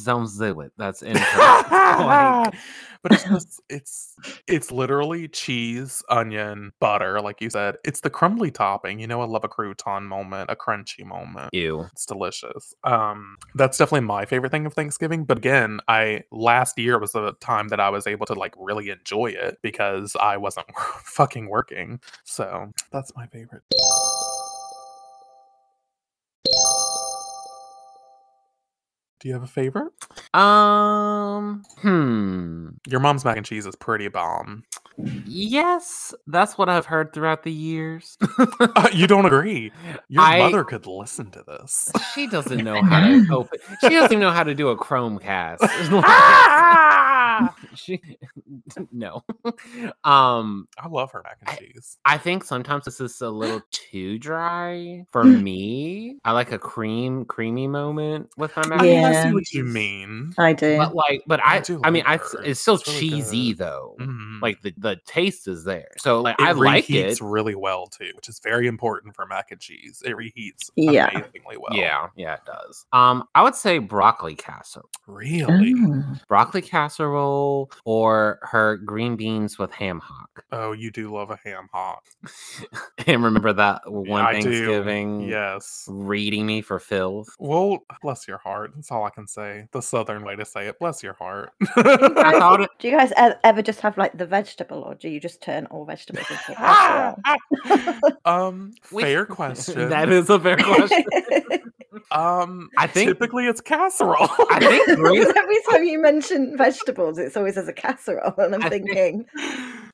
S1: don't do it.
S3: (laughs)
S1: That's incorrect. (laughs)
S3: but it's just it's it's literally cheese, onion, butter, like you said. It's the crumbly topping. You know, I love a crouton moment, a crunchy moment.
S1: Ew.
S3: It's delicious. Um, that's definitely my favorite thing of Thanksgiving. But again, I last year was the time that I was able to like really enjoy it because I wasn't (laughs) fucking working. So that's my favorite. Do you have a favorite?
S1: Um. Hmm.
S3: Your mom's mac and cheese is pretty bomb. (laughs)
S1: Yes, that's what I've heard throughout the years. (laughs)
S3: Uh, you don't agree. Your
S1: I-
S3: mother could listen to this. (laughs)
S1: she doesn't know how to open. She doesn't know how to do a (laughs) Chromecast.
S3: I
S1: (laughs) she, no. (laughs) Um.
S3: love her mac
S1: I-
S3: and cheese.
S1: I think sometimes this is a little too dry
S3: (laughs)
S1: for me. I like a cream, creamy moment with my mac
S3: I,
S1: and
S3: mean, I see
S2: Yeah.
S3: what you mean.
S2: I do.
S1: but like but
S3: I
S1: i
S3: do
S1: i mean
S3: like
S1: i
S3: her.
S1: it's still
S3: It's really
S1: cheesy
S3: good.
S1: though
S3: Mhm.
S1: like the the taste is there so like
S3: It
S1: i like
S3: reheats
S1: it
S3: really well too, which is very important for mac and cheese. It reheats
S2: Yeah.
S3: amazingly well.
S1: yeah yeah it does um i would say broccoli casserole
S3: Really?
S2: Mm.
S1: broccoli casserole or her green beans with ham hock (laughs)
S3: Oh, you do love a ham hock.
S1: and remember that one
S3: I do.
S1: thanksgiving
S3: Yes.
S1: reading me for filth
S3: Well, bless your heart. That's all I can say. The southern way to say it. Bless your heart.
S1: i thought it
S2: Do you guys e- ever just have like the vegetable, or do you just turn all vegetables
S3: (laughs)
S2: into
S3: Ah,
S2: casserole?
S3: (laughs) um,
S1: we- (laughs)
S3: fair question.
S1: that is a
S3: (laughs)
S1: fair question
S2: (laughs)
S3: Um,
S1: (laughs) I think-
S3: typically
S1: (laughs)
S3: it's casserole.
S1: i
S2: (laughs)
S1: think green
S3: (laughs)
S2: Because every time you mention vegetables, it's always as a casserole, and I'm
S1: I think-
S2: thinking,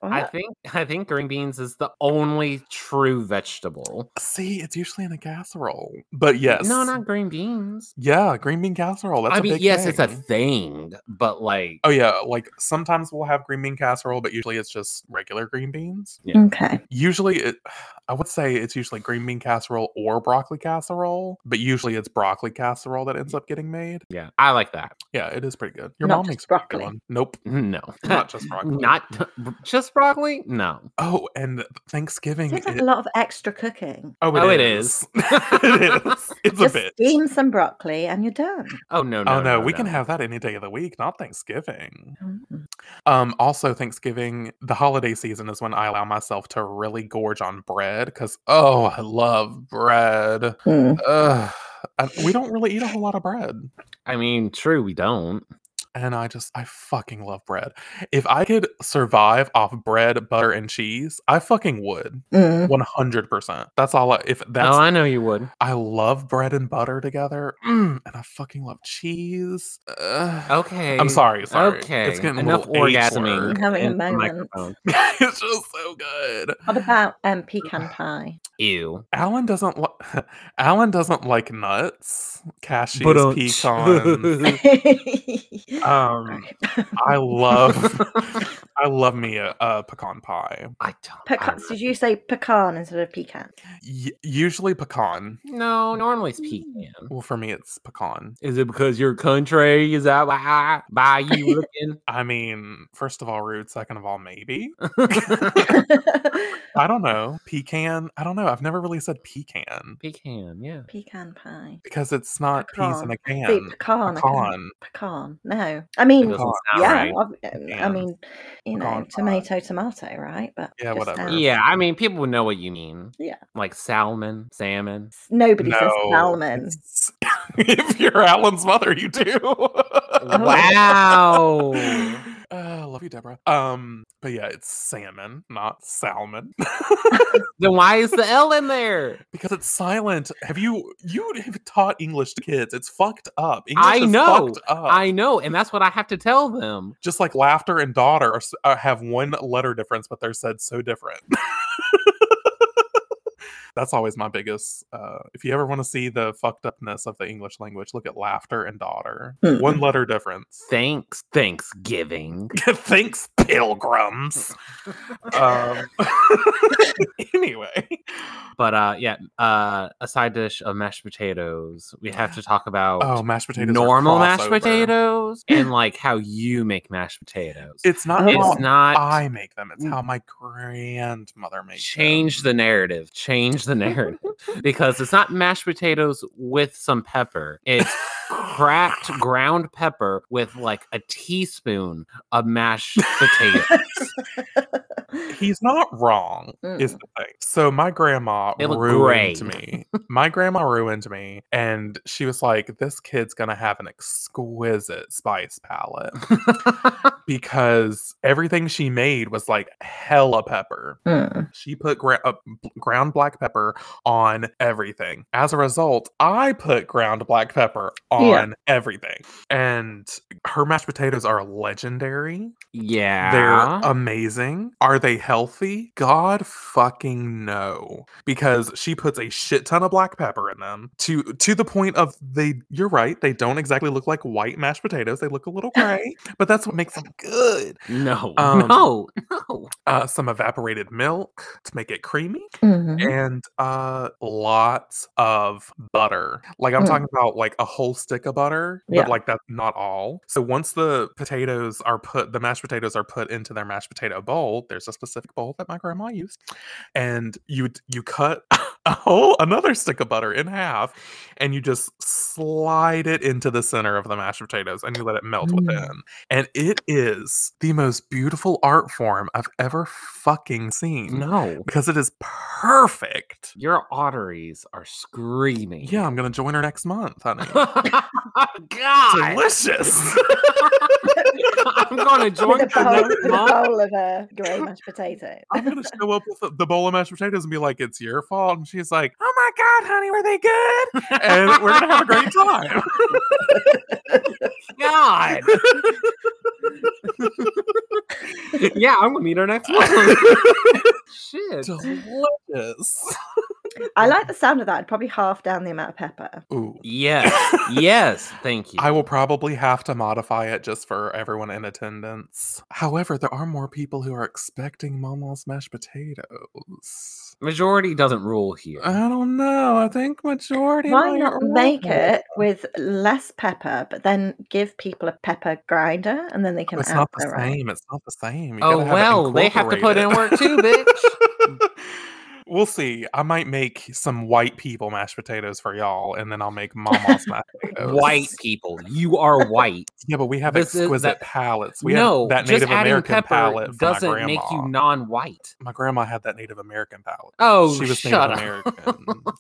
S1: I
S2: what?
S1: think I think green beans is the only true vegetable.
S3: See, it's usually in a casserole, but yes,
S1: No, not green beans.
S3: yeah, green bean casserole. That's
S1: I
S3: a
S1: mean,
S3: big
S1: yes, it's a
S3: thing.
S1: thing, but like,
S3: Oh yeah, like sometimes we'll have green bean casserole, but usually it's just regular green beans.
S1: Yeah.
S2: okay.
S3: Usually, it, I would say it's usually green bean casserole or broccoli casserole, but usually it's broccoli casserole that ends up getting made.
S1: Yeah, I like that. (laughs)
S3: Yeah, it is pretty good. Your
S2: Not
S3: mom
S2: just
S3: makes a pretty good
S2: broccoli.
S3: one. Nope,
S1: No, (laughs)
S3: not just broccoli.
S1: not just broccoli. No.
S3: Oh, and Thanksgiving.
S2: Seems like
S3: i-
S2: a lot of extra cooking.
S3: oh,
S1: (laughs) oh, it is.
S3: (laughs) it is. It's
S2: Just
S3: a bit.
S2: steam some broccoli and you're done.
S1: Oh no! no
S3: oh no, we can have that any day of the week, not Thanksgiving.
S2: Mm.
S3: Um, also Thanksgiving, the holiday season is when I allow myself to really gorge on bread because oh, I love bread.
S2: Mm.
S3: Ugh. I- we don't really eat a whole lot of bread,
S1: I mean, true, we don't.
S3: and I just I fucking love bread. If I could survive off bread, butter, and cheese, I fucking (laughs) would.
S1: Mm-hmm.
S2: Mm.
S3: One hundred percent. That's all. I, if that's
S1: oh, I know you would.
S3: I love bread and butter together, mm, and I fucking love cheese. Ugh.
S1: Okay.
S3: I'm sorry. Sorry.
S1: Okay.
S3: It's getting a
S1: Enough
S3: little H
S1: orgasming. (laughs)
S3: word. (laughs)
S2: I'm having a
S1: into the
S2: moment.
S1: microphone.
S3: it's just so good.
S2: What about um, pecan pie?
S1: Ew.
S3: Alan doesn't li- (laughs) Alan doesn't like nuts, cashews,
S1: um, (laughs)
S2: (laughs)
S3: pecans. Um, I love
S1: (laughs)
S3: I love (laughs) me a, a pecan pie.
S1: I don't.
S2: Pecan,
S1: I-
S2: did you say pecan instead of
S3: (laughs)
S2: pecan?
S3: Y- usually pecan.
S1: no, normally it's pecan.
S3: Well, for me, it's pecan.
S1: Is it because your country? Is that why? By
S2: (laughs)
S1: you looking?
S3: I mean, first of all, rude. Second of all, maybe. I
S1: (laughs)
S3: don't know. Pecan. I don't know. I've never really said pecan
S1: pecan, yeah.
S2: pecan pie.
S3: because it's not peas in a
S2: See, pecan.
S3: can.
S2: I can't-
S3: Pecan.
S2: Pecan. No. I mean,
S1: doesn't sound
S2: yeah.
S1: right.
S2: ob- um, I
S3: Pecan.
S2: mean, you know,
S3: Pecan
S2: tomato, tomato, right? But just
S3: Yeah,
S2: um,
S3: whatever.
S2: sounds-
S1: Yeah, I mean, people would know what you mean.
S2: Yeah.
S1: Like salmon,
S2: (laughs)
S1: salmon.
S2: Nobody says
S3: No,
S2: salmon.
S3: it's- (laughs) if you're Alan's mother,
S1: (laughs)
S3: you do. (laughs)
S2: Oh.
S1: Wow.
S3: Uh, love you, Deborah. Um, but yeah, it's salmon, not salmon, (laughs)
S1: then why is the L in (laughs) there?
S3: because it's silent. Have you you have taught English to kids? It's fucked up. English
S1: I
S3: is
S1: know,
S3: fucked up.
S1: I know, and that's what I have to tell them.
S3: just like laughter and daughter are, s- uh, have one letter difference, but they're said so different. (laughs) That's always my biggest. Uh, if you ever want to see the fucked upness of the English language, look at laughter and daughter. One letter difference.
S1: Thanks, Thanksgiving.
S3: (laughs) Thanks, pilgrims. um, (laughs) anyway,
S1: But uh yeah, uh a side dish of mashed potatoes. We have to talk about
S3: oh, mashed potatoes. are
S1: normal mashed
S3: crossover.
S1: potatoes
S3: (laughs)
S1: and like how you make mashed potatoes.
S3: It's not.
S2: It's
S3: how
S1: It's not
S3: I make them. It's
S1: Mm.
S3: how my grandmother makes.
S1: change the narrative. Change the narrative
S3: (laughs)
S1: because it's not mashed potatoes with some pepper. It's
S3: (laughs)
S1: cracked ground pepper with like a teaspoon of mashed potatoes.
S3: (laughs)
S1: (laughs)
S3: them. (sighs) He's not wrong. Is
S2: Mm.
S3: the thing. So my grandma
S1: They look
S3: ruined
S1: great.
S3: me. My grandma ruined me, and she was like, "This kid's gonna have an exquisite spice palette." because everything she made was like hella pepper.
S2: Mm.
S3: She put gra- uh, b- ground black pepper on everything. As a result, I put ground black pepper on
S2: Yeah.
S3: everything. And her mashed potatoes are legendary.
S1: yeah.
S3: They're amazing. Are they healthy? God fucking no. Because she puts a shit ton of black pepper in them to to the point of they you're right, they don't exactly look like white mashed potatoes. They look a little gray, but that's what makes them good.
S1: no, (laughs)
S3: um,
S1: no, no.
S3: Uh, some evaporated milk to make it creamy
S2: Mhm.
S3: and uh lots of butter like i'm
S2: Mm.
S3: talking about like a whole stick of butter
S2: Yeah.
S3: but like that's not all so once the potatoes are put the mashed potatoes are put into their mashed potato bowl there's a specific bowl that my grandma used and you d- you cut (laughs) a whole another stick of butter in half and you just slide it into the center of the mashed potatoes and you let it melt
S2: Mm.
S3: within and it is the most beautiful art form i've ever fucking seen
S1: No.
S3: because it is perfect.
S1: Your arteries are screaming. (laughs)
S3: Yeah, I'm gonna join her next month, honey.
S1: God.
S3: Delicious.
S1: I'm
S3: (laughs)
S1: going to join
S2: With a
S1: you next
S2: bowl, with a
S1: month.
S2: bowl of a grey mashed (laughs) potato.
S3: I'm gonna show up with the- the bowl of mashed potatoes and be like, "It's your fault," and she's like, "Oh my god, honey, were they good?" And we're gonna have a great
S2: (laughs)
S3: time. (laughs)
S1: God.
S3: (laughs)
S1: yeah, I'm gonna meet her next month. Shit.
S3: Delicious.
S2: I like the sound of that. I'd probably half down the amount of pepper.
S3: Ooh.
S1: Yes. yes. Thank you.
S3: I will probably have to modify it just for everyone in attendance. However, there are more people who are expecting Mama's mashed potatoes.
S1: Majority doesn't rule here.
S3: I don't know. I think majority.
S2: Why
S3: might
S2: not
S3: rule.
S2: make it with less pepper, but then give people a pepper grinder and then they can
S3: It's
S2: add
S3: not the
S2: their own?
S3: same. It's not the same. You
S1: Oh,
S3: gotta have it
S1: well, they have to put in work too,
S3: incorporated. (laughs) We'll see. I might make some white people mashed potatoes for y'all, and then I'll make
S1: (laughs)
S3: Mama's mashed potatoes. (laughs)
S1: White people, you are white.
S3: Yeah, but we have
S1: This is- that-
S3: exquisite palates. We
S1: no,
S3: have that
S1: just
S3: Native
S1: adding
S3: American
S1: pepper
S3: palate from
S1: doesn't
S3: my grandma.
S1: make you non-white.
S3: my grandma had that Native American palate.
S1: Oh,
S3: she was
S1: shut up.
S3: Native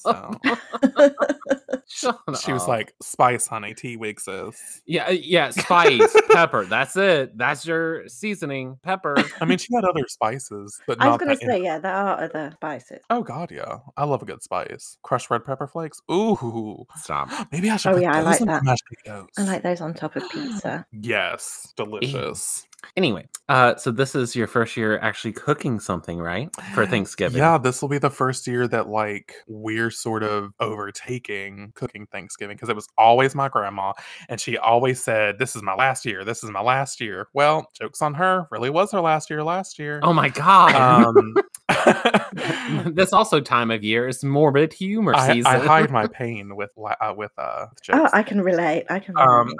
S3: American. So
S1: (laughs) Shut
S3: she was
S1: up.
S3: like spice, honey, tea wig sis.
S1: yeah, uh, yeah, spice, pepper. That's it. That's your seasoning,
S3: (laughs)
S1: pepper. (laughs)
S3: I mean, she had other spices, but
S2: I was
S3: not
S2: going
S3: that.
S2: to
S3: in-
S2: say, yeah, there are other spices.
S3: oh God, yeah, I love a good spice. Crushed red pepper flakes. Ooh, (gasps)
S1: Stop.
S3: maybe I should.
S2: Oh,
S3: put
S2: yeah, I
S3: those
S2: like
S3: in my
S2: that.
S3: mashed potatoes.
S2: I like E, those on top of pizza.
S3: Yes, delicious.
S1: Anyway, uh, so this is your first year actually cooking something, right, for Thanksgiving?
S3: (gasps) Yeah, this will be the first year that like we're sort of overtaking cooking Thanksgiving because it was always my grandma and she always said, This is my last year. This is my last year. Well, joke's on her. Really was her last year last year.
S1: Oh my god.
S2: (laughs)
S3: Um, (laughs)
S1: this also time of year is morbid humor
S3: I,
S1: season. (laughs)
S3: I
S2: (laughs)
S3: hide my pain with la- uh, with uh with
S2: Oh,
S3: jokes.
S2: I can relate. I can relate.
S3: um,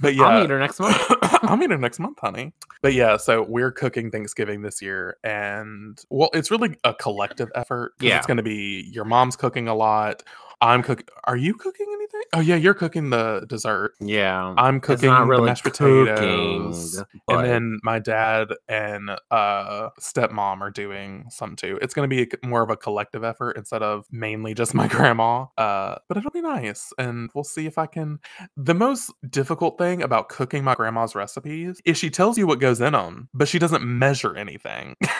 S3: but yeah,
S1: I'll meet her next
S3: (laughs)
S1: month.
S3: (coughs) I'll meet her next month, honey. But yeah, so we're cooking Thanksgiving this year, and well, it's really a collective effort. 'cause
S1: Yeah.
S3: it's going to be your mom's cooking a lot. I'm cooking. Are you cooking anything? Oh yeah, you're cooking the dessert.
S1: Yeah.
S3: I'm
S1: It's
S3: cooking
S1: not really
S3: the mashed
S1: cooking,
S3: potatoes.
S1: but-
S3: And then my dad and uh stepmom are doing some too. It's going to be a c more of a collective effort instead of mainly just my (laughs) grandma. Uh but it'll be nice and we'll see if I can The most difficult thing about cooking my grandma's recipes is she tells you what goes in them, but she doesn't measure anything. (laughs)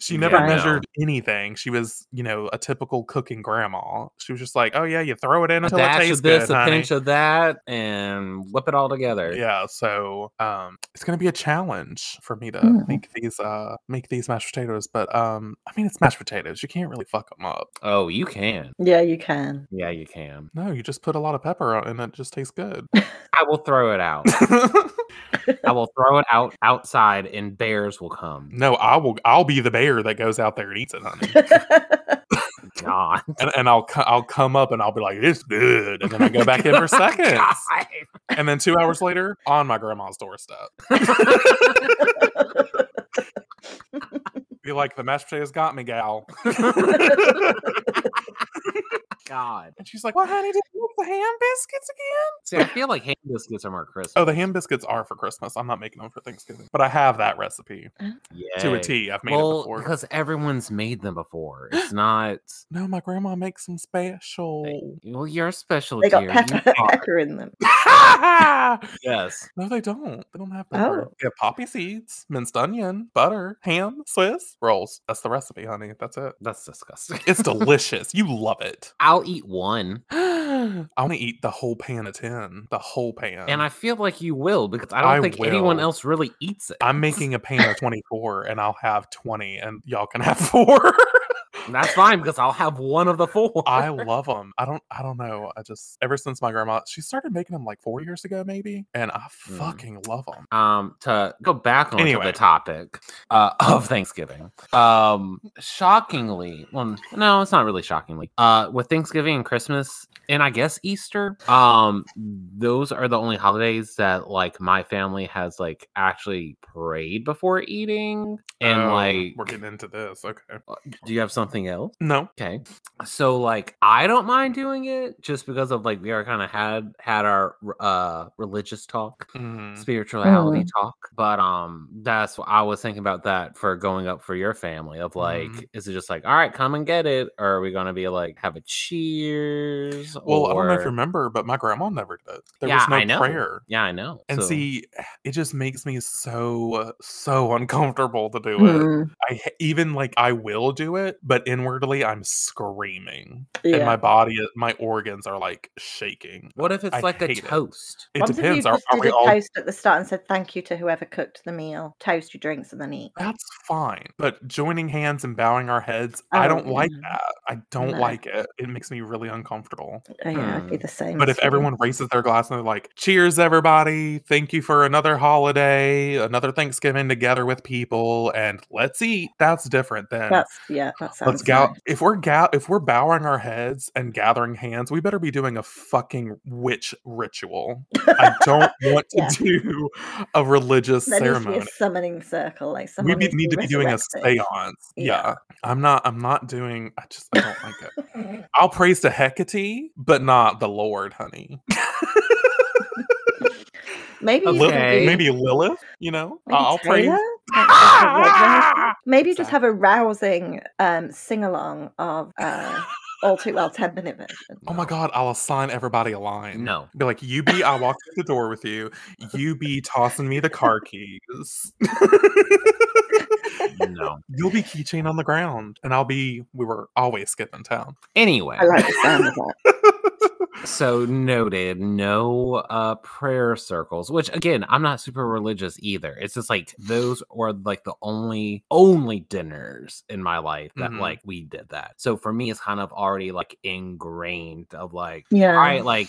S3: She never
S1: Yeah, I know.
S3: measured anything. She was, you know, a typical cooking grandma. She was just like, "Oh yeah, you throw it in
S1: a
S3: until it
S1: dash
S3: tastes
S1: of this,
S3: good,
S1: a
S3: honey."
S1: pinch of that, and whip it all together.
S3: Yeah, so um it's gonna be a challenge for me to
S2: Mm.
S3: make these uh make these mashed potatoes, but um I mean it's mashed potatoes. You can't really fuck them up.
S1: Oh, you can.
S2: yeah, you can. (laughs)
S1: Yeah, you can.
S3: No, you just put a lot of pepper on and it just tastes good.
S1: I will throw it out. I will throw it out outside, and bears will come.
S3: no, I will I'll be the bear that goes out there and eats it, honey. Mm-hmm.
S1: God.
S3: and, and I'll co- I'll come up and I'll be like, it's good. And then I go back in
S1: (laughs)
S3: for seconds.
S1: God.
S3: And then two hours later, on my grandma's doorstep. be like, the mashed potatoes got me, gal.
S1: God.
S3: And she's like, Well, honey, did you make the ham biscuits again?
S1: See, I feel like ham biscuits are more crisp.
S3: Oh, the ham biscuits are for Christmas. I'm not making them for Thanksgiving, but I have that recipe to a
S1: Yay.
S3: T. I've made it
S1: Well, (laughs)
S3: before.
S1: because everyone's made them before.
S3: (laughs)
S1: It's not.
S3: no, my grandma makes some special.
S1: Well, you're special.
S2: they got
S1: dear.
S2: pepper,
S1: You are.
S2: (laughs) pepper in them.
S3: (laughs) no,
S1: Yes.
S3: they don't. They don't have
S2: Oh.
S3: pepper. They have poppy seeds, minced onion, butter, ham, Swiss rolls. That's the recipe, honey. That's it.
S1: That's disgusting.
S3: It's delicious. you love it.
S1: (laughs)
S3: (gasps)
S1: I'll eat one.
S3: I want to eat the whole pan of ten. The whole pan.
S1: And I feel like you will because I don't
S3: Um, I
S1: think anyone
S3: will.
S1: else really eats it. (laughs)
S3: I'm making a pan of 24 and I'll have 20 and y'all can have (laughs) four.
S1: That's fine because I'll have one of the four. (laughs)
S3: I love them. I don't. I don't know. I just ever since my grandma, she started making them like four years ago, maybe, and I
S1: Mm.
S3: fucking love them.
S1: um to go back onto
S3: Anyway.
S1: the topic uh, of Thanksgiving. Um shockingly, well no, it's not really shockingly. Uh with Thanksgiving and Christmas and I guess Easter, um those are the only holidays that like my family has like actually prayed before eating and like
S3: Oh, Um, we're getting into this. Okay.
S1: do you have something else?
S3: No.
S1: Okay. So like I don't mind doing it just because of like we are kind of had had our uh religious talk,
S3: Mm.
S1: spirituality talk, but um that's what I was thinking about that for going up for your family of like
S3: Mhm.
S1: is it just like all right, come and get it or are we going to be like have a cheers?
S3: Well, I don't know if
S1: or-
S3: you remember, but my grandma never did. it. There
S1: Yeah,
S3: was no
S1: I know.
S3: prayer.
S1: Yeah, I know.
S3: And
S1: So,
S3: see, it just makes me so so uncomfortable to do it.
S2: Mm.
S1: Mm-hmm.
S3: I h- even like I will do it, but inwardly I'm screaming,
S2: (laughs) Yeah.
S3: and my body, my organs are like shaking.
S1: What if it's
S3: I
S1: like a
S3: hate it.
S1: toast?
S3: It
S2: What if you
S3: depends. Are,
S2: just
S3: are
S2: did
S3: we
S2: a
S3: all?
S2: toast at the start and said thank you to whoever cooked the meal? Toast your drinks and then eat.
S3: That's fine, but joining hands and bowing our heads, I
S2: Oh,
S3: don't like
S2: no.
S3: that. I don't
S2: No.
S3: like it. It makes me really uncomfortable.
S2: Oh, yeah, I'd be
S1: Hmm.
S2: the same.
S3: Mm. But
S2: as
S3: if
S2: you.
S3: everyone raises their glass and they're like, "Cheers, everybody! Thank you for another holiday, another Thanksgiving together with people, and let's eat," that's different than
S2: that's yeah, that sounds.
S3: let's go.
S2: nice.
S3: If we're ga- if we're bowing our heads and gathering hands, we better be doing a fucking witch ritual. I don't want to
S2: (laughs) Yeah.
S3: do a religious
S2: There needs to be
S3: ceremony.
S2: a summoning circle. Like
S3: We
S2: someone
S3: be-
S2: needs
S3: need to be doing a
S2: resurrected.
S3: seance.
S2: Yeah.
S3: Yeah. I'm not. I'm not doing. I just. I don't like it. I'll praise to Hecate, but not the Lord, honey.
S2: (laughs) Maybe
S1: A
S2: you
S3: Lil-
S2: can
S1: Okay.
S2: do-
S3: maybe Lilith. You know,
S2: maybe
S3: I'll praise. Ah!
S2: Taylor? Maybe just have a rousing um, sing along of uh, all too well ten minute version.
S3: Oh my
S1: No.
S3: God! I'll assign everybody a line.
S1: No.
S3: be like, "You be." I walk through the door with you. You be tossing me the car keys.
S1: No.
S3: You'll be keychain on the ground, and I'll be. We were always skipping town.
S1: Anyway,
S2: I like the sound of that.
S1: so noted. No uh prayer circles, which again, I'm not super religious either. It's just like
S3: (sighs)
S1: those were like the only only dinners in my life that
S3: Mhm.
S1: like we did that. So for me, it's kind of already like ingrained of like
S2: Yeah.
S1: all right, like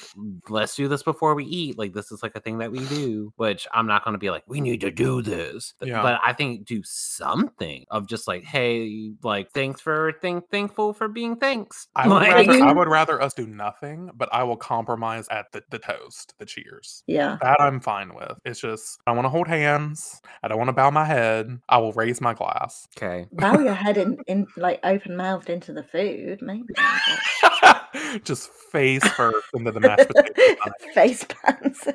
S1: let's do this before we eat. Like this is like a thing that we do, which I'm not gonna be like, we need to do this. Th-
S3: Yeah.
S1: But I think do something of just like, hey, like thanks for thank thankful for being thanks.
S3: I would,
S1: (laughs) Like-
S3: rather, I would rather us do nothing, but I will compromise at the, the toast, the cheers.
S2: yeah.
S3: That I'm fine with. It's just I want to hold hands. I don't want to bow my head. I will raise my glass. (laughs)
S1: okay.
S2: Bow your head in, in like open mouthed into the food, maybe. but-
S3: just face first into the mashed
S2: (laughs)
S3: potatoes.
S2: Face pants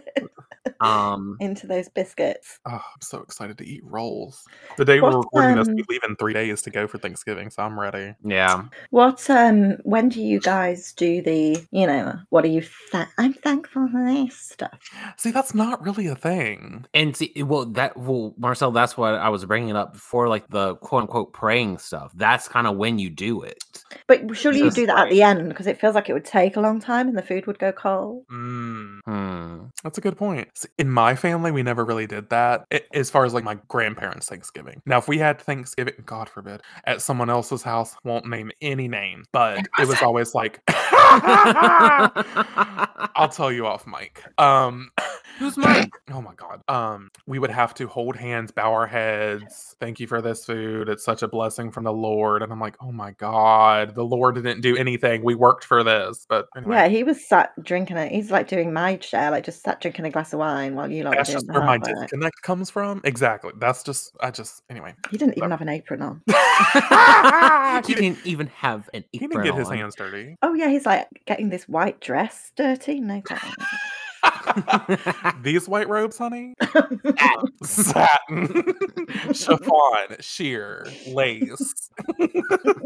S1: Um
S2: into those biscuits.
S3: Oh, I'm so excited to eat rolls. The day we're
S2: What's,
S3: recording this, we
S2: um,
S3: leave in three days to go for Thanksgiving, so I'm ready.
S1: yeah.
S2: What um when do you guys do the you know, what are you tha- I'm thankful for this stuff.
S3: See, that's not really a thing.
S1: And see, well, that well, Marcel, that's what I was bringing up before, like the quote unquote praying stuff. That's kind of when you do it.
S2: But surely you
S1: Just
S2: do that at the end because it feels like it would take a long time and the food would go cold.
S3: Mm,
S1: Hmm.
S3: That's a good point. S- In my family, we never really did that a- as far as like my grandparents' Thanksgiving. Now, if we had Thanksgiving, God forbid, at someone else's house, won't name any name, but it was always like, (laughs) I'll tell you off mic. Um, (clears throat)
S1: Who's Mike?
S3: oh my God. Um, we would have to hold hands, bow our heads. Thank you for this food. It's such a blessing from the Lord. And I'm like, oh my God, the Lord didn't do anything. We worked for this. But anyway.
S2: Yeah, he was sat drinking it. He's like doing my share, like just sat drinking a glass of wine while you lot were
S3: that's
S2: doing
S3: just
S2: the
S3: where my
S2: hard work.
S3: disconnect comes from. Exactly. That's just I just anyway.
S2: He didn't even have an apron on.
S1: (laughs) he didn't even have an
S3: He
S1: apron
S3: didn't get his
S1: on.
S3: hands dirty.
S2: Oh yeah, he's like getting this white dress dirty. No,
S3: (laughs)
S2: thanks. (laughs)
S3: These white robes, honey, satin, (laughs) chiffon, sheer, lace,
S1: (laughs)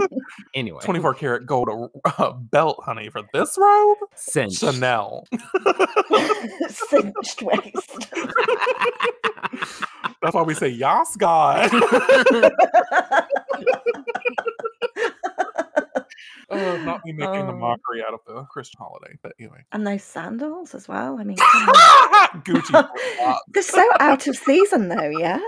S1: Anyway,
S3: 24 karat gold uh, uh, belt, honey, for this robe,
S1: cents. (laughs)
S3: Chanel.
S2: cinched waist.
S3: That's why we say Yas (laughs) God. Uh, (laughs) not me making a
S2: Oh.
S3: mockery out of the Christian holiday, but anyway. (laughs)
S2: and those sandals as well. I mean, come on.
S3: Gucci. uh, (laughs) flip-flop.
S2: they're so out of season though. Yeah,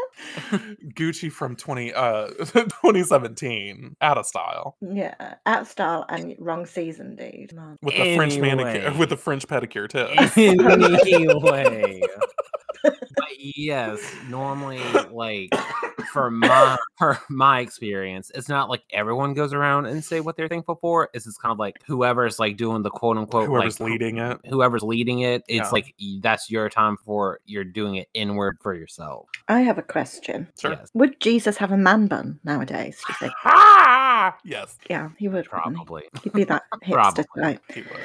S3: Gucci from 20 uh (laughs) 2017 out of style
S2: yeah, out of style and wrong season, dude. Come on.
S3: with the French manicure
S1: Anyway.
S3: with the French
S1: (laughs)
S3: pedicure (laughs) too.
S1: anyway. but yes,
S3: (laughs)
S1: normally, like for my for my experience, it's not like everyone goes around and say what they're thankful for. It's just kind of like whoever's like doing the quote unquote
S3: Whoever's
S1: like,
S3: leading it.
S1: Whoever's leading it, it's
S3: Yeah.
S1: like y- that's your time for you're doing it inward for yourself.
S2: I have a question.
S3: Sure.
S1: Yes,
S2: Would Jesus have a man bun nowadays? Do you
S3: (sighs)
S2: think?
S3: Ah! Yes,
S2: Yeah, he would. wouldn't he?
S1: probably.
S2: He'd be
S3: (laughs)
S2: that hipster
S1: Probably.
S2: type.
S3: he would. Let me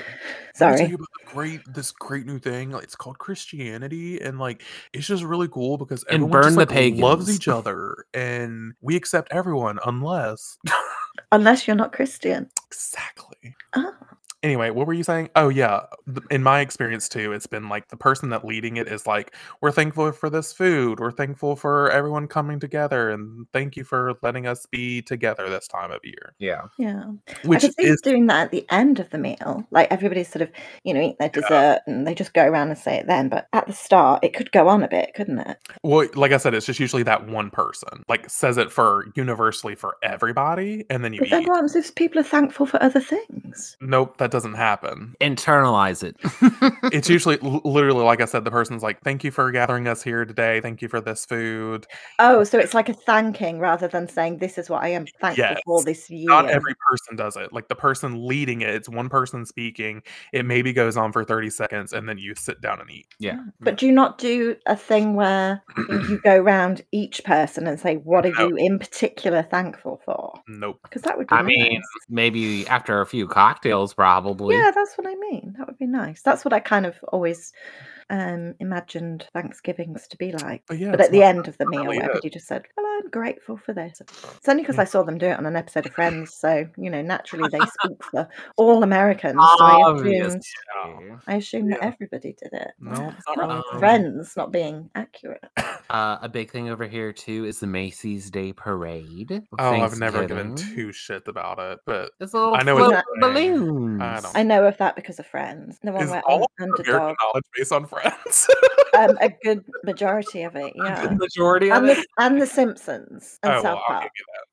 S3: tell
S2: Sorry.
S3: you about the great this great new thing. like, It's called Christianity, and like it's just really cool because
S1: And
S3: everyone
S1: burn
S3: just,
S1: the
S3: like, loves
S1: pagans.
S3: each other, and we accept everyone unless
S2: Unless you're not Christian.
S3: (laughs) exactly.
S2: Oh,
S3: anyway, what were you saying? Oh yeah, th- in my experience too, it's been like the person that leading it is like, "We're thankful for this food. We're thankful for everyone coming together, and thank you for letting us be together this time of year."
S1: Yeah.
S2: Yeah.
S3: Which
S2: I could see
S3: is
S2: he's doing that at the end of the meal. Like everybody's sort of, you know, eat their dessert and they just go around and say it then. But at the start, it could go on a bit, couldn't it?
S3: well, like I said, it's just usually that one person like says it for universally for everybody, and then you
S2: But then
S3: eat.
S2: what happens if people are thankful for other things?
S3: Nope, that doesn't happen.
S1: Internalize it. (laughs)
S3: It's usually l- literally like I said, the person's like, "Thank you for gathering us here today. Thank you for this food.
S2: Oh, so it's like a thanking rather than saying, this is what I am thankful for
S3: Yes.
S2: this year.
S3: not every person does it. Like the person leading it, it's one person speaking. It maybe goes on for 30 seconds and then you sit down and eat.
S1: yeah.
S2: But do you not do a thing where you go round each person and say, what are
S3: No.
S2: you in particular thankful for?
S3: Nope.
S2: Because that would be
S1: I mean,
S2: nice.
S1: maybe after a few cocktails, probably.
S2: Yeah, that's what I mean. That would be nice. That's what I kind of always um, imagined Thanksgivings to be like.
S3: But yeah.
S2: But
S3: it's
S2: at the
S3: not-
S2: end of the meal,
S3: really
S2: where
S3: it.
S2: you just said, "Well, I'm grateful for this." It's only because
S3: Yeah.
S2: I saw them do it on an episode of Friends, so you know, naturally they speak for all Americans.
S3: (laughs)
S2: So I
S1: Obvious.
S2: assumed, I assumed that
S3: Yeah.
S2: everybody did it.
S3: No, uh-uh. it's not
S2: Well,
S3: really.
S1: Um,
S2: Friends not being accurate.
S1: Uh, a big thing over here too is the Macy's Day Parade.
S3: Oh, I've never given
S1: Thanksgiving.
S3: two shits about it. But
S1: It's a little
S3: I know
S2: it's
S1: float
S3: a thing.
S1: balloons.
S3: I don't-
S2: I know of that because of Friends. The one
S3: Is
S2: where
S3: all
S2: un-
S3: for American (laughs)
S2: underdog,
S3: knowledge based on friends.
S2: um, a good majority of it, yeah,
S1: The majority of
S2: and
S1: it.
S2: the, and the Simpsons and
S3: oh,
S2: South
S3: well, I'll
S2: Park.
S3: give you that.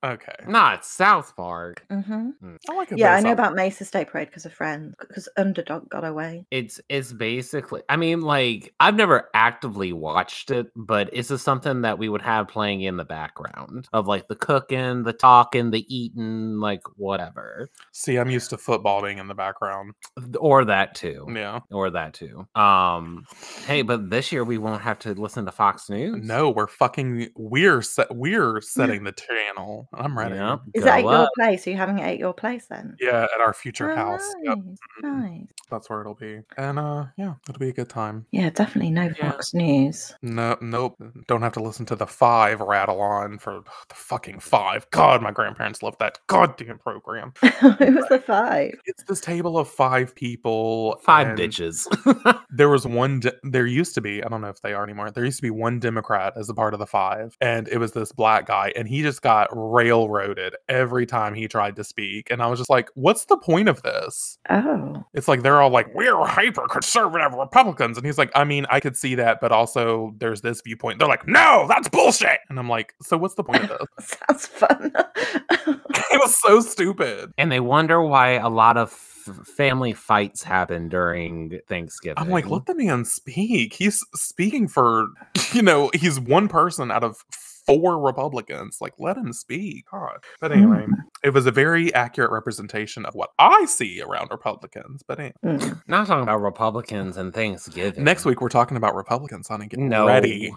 S3: Okay.
S1: Not South Park.
S2: hmm
S3: Mm, I like it
S2: Yeah, I
S3: based
S2: know
S3: on-
S2: about Macy's Day Parade because of Friends, because Underdog got away.
S1: It's it's basically. I mean, like I've never actively watched it, but it's just something that we would have playing in the background of like the cooking, the talking, the eating, like whatever,
S3: See, I'm used to football being in the background.
S1: or that too.
S3: Yeah.
S1: Or that too. Um, hey, but this year we won't have to listen to Fox News.
S3: No, we're fucking we're set we're setting the channel. I'm ready. Yeah,
S1: Yep,
S2: Is it at
S1: go
S2: your
S1: up.
S2: place? Are you having it at your place then?
S3: at our future
S2: Oh,
S3: house. Yep.
S2: Nice,
S3: Mhm.
S2: nice.
S3: That's where it'll be. And uh yeah, it'll be a good time.
S2: Yeah, definitely no
S1: Yeah.
S2: Fox News. (laughs)
S3: No nope. Don't have to listen to the five rattle on for the fucking five. God, my grandparents loved that goddamn program.
S2: it was the five.
S3: It's this table of five people.
S1: Five
S3: and
S1: bitches.
S3: There was one de- there used to be, I don't know if they are anymore. There used to be one Democrat as a part of the five, and it was this black guy, and he just got railroaded every time he tried to speak. And I was just like, what's the point of this?
S2: Oh, (laughs)
S3: It's like they're all like, we're hyper conservative Republicans. And he's like, I mean, I could see that, but also there's this viewpoint. They're like, no, that's bullshit. And I'm like, so what's the point of this? (laughs)
S2: sounds fun. (laughs)
S3: it was so stupid.
S1: (laughs) and they wonder why a lot of f- family fights happen during Thanksgiving.
S3: I'm like, let the man speak. He's speaking for, (laughs) you know, he's one person out of four Republicans. Like, let him speak. God. But anyway, it was a very accurate representation of what I see around Republicans. But anyway, (laughs)
S2: Mm.
S1: not talking about Republicans and Thanksgiving.
S3: next week, we're talking about Republicans, honey. Get
S1: no
S3: ready.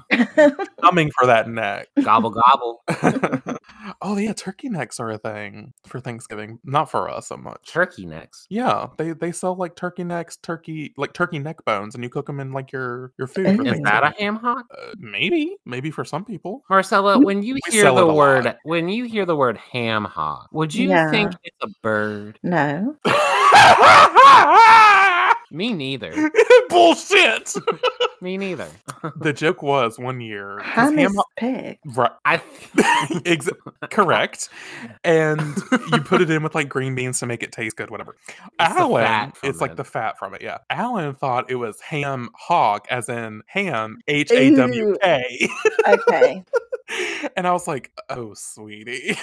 S3: Coming for that neck.
S1: gobble gobble.
S3: oh yeah, turkey necks are a thing for Thanksgiving. Not for us so much.
S1: Turkey next.
S3: yeah, they they sell like turkey necks, turkey like turkey neck bones, and you cook them in like your your food. For
S2: Ooh.
S1: Is (laughs) that a
S3: Thanksgiving.
S1: ham hock?
S3: Uh, maybe maybe for some people. (laughs)
S1: Marcella, when you
S3: We
S1: hear
S3: sell it
S1: the
S3: a lot.
S1: word when you hear the word ham hock, would you think
S2: Yeah.
S1: it's a bird?
S2: (laughs) no.
S1: Me
S3: (laughs)
S1: neither.
S3: Bullshit.
S1: Me neither.
S3: the joke was one year 'cause
S2: Ham is
S3: ho-
S2: pig.
S3: Right,
S1: I
S3: (laughs) ex- correct, and you put it in with like green beans to make it taste good, whatever.
S1: It's the
S3: Alan,
S1: fat from
S3: it's like
S1: it.
S3: the fat from it. Yeah. Alan thought it was ham hog, as in ham, H
S1: Mm-hmm.
S3: A W K. (laughs)
S2: Okay.
S3: And I was like, oh, sweetie.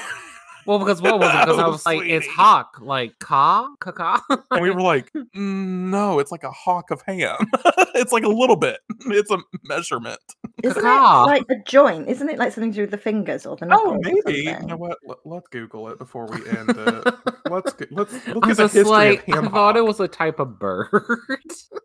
S1: well because what was it? Because I
S3: (laughs) Oh,
S1: was like, it's
S3: sweetie.
S1: hawk, like ca, ca
S3: And we were like, "Mm, no, it's like a hawk of ham. (laughs) it's like a little bit, it's a measurement.
S2: Isn't it
S1: Caw.
S2: like a joint? Isn't it like something to do with the fingers or the
S3: Oh,
S2: knuckles? or
S3: maybe. You
S2: something?
S3: know what? Let, let's Google it before we end it.
S1: (laughs)
S3: Let's go, let's look
S1: I
S3: at the
S1: was
S3: history
S1: like,
S3: of ham
S1: I
S3: hock.
S1: thought it was a type of bird. (laughs)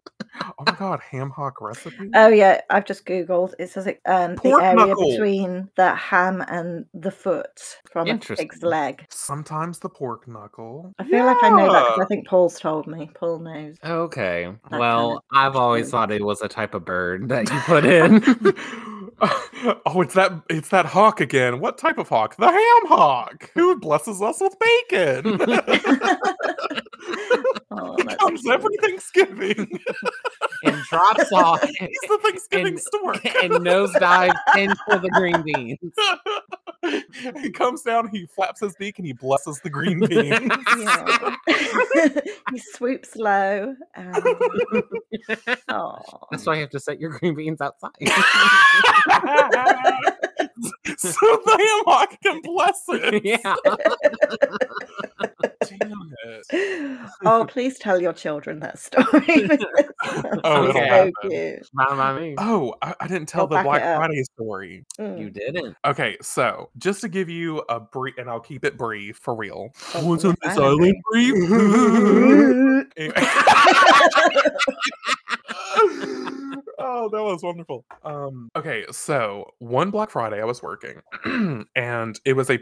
S3: Oh my god, ham hock recipe.
S2: Oh yeah, I've just googled. It says it, um, the
S3: Pork
S2: area
S3: knuckle.
S2: between the ham and the foot from a pig's
S1: Interesting.
S2: leg.
S3: Sometimes the pork knuckle.
S2: I feel like I know that because
S3: Yeah.
S2: I think Paul's told me. Paul
S3: (laughs)
S2: knows. (laughs)
S1: Okay.
S2: of
S1: Well, I've always
S2: food.
S1: thought it was a type of bird that you put in.
S3: (laughs) oh, it's that it's that hawk again. What type of hawk?
S2: (laughs)
S3: The (laughs) ham hawk, who blesses us with bacon.
S2: oh Oh,
S3: He
S2: that's
S3: comes
S2: cute.
S3: every
S2: (laughs)
S3: Thanksgiving.
S1: (laughs) and drops off
S3: He's the Thanksgiving
S1: And-
S3: stork.
S1: and nosedives into the green beans.
S3: (laughs) he comes down, he flaps his beak, and he blesses the
S2: (laughs)
S3: green beans.
S2: Yeah. (laughs) he swoops low.
S3: (laughs)
S2: And... Aw.
S1: That's why you have to set your green beans outside.
S3: (laughs)
S1: (laughs)
S3: so the hemlock can bless
S2: (laughs)
S3: it.
S1: yeah.
S3: Damn it. (laughs)
S2: oh, please tell your children that story. (laughs)
S3: Oh,
S1: Okay.
S3: it'll
S2: so
S3: happen.
S2: cute.
S1: Mind my
S2: (laughs)
S1: me.
S3: Oh, I, I didn't tell
S2: Go back
S3: the
S2: it
S3: Black
S2: up.
S3: Friday story.
S2: Mm.
S1: You didn't.
S3: Okay, so just to give you a brief, and I'll keep it brief for real.
S2: Oh,
S3: What's
S2: cool.
S3: on this
S2: I agree.
S3: island brief?
S2: (laughs)
S3: (laughs) oh, that was wonderful. Um, okay, so one Black Friday, I was working, (clears throat) and it was a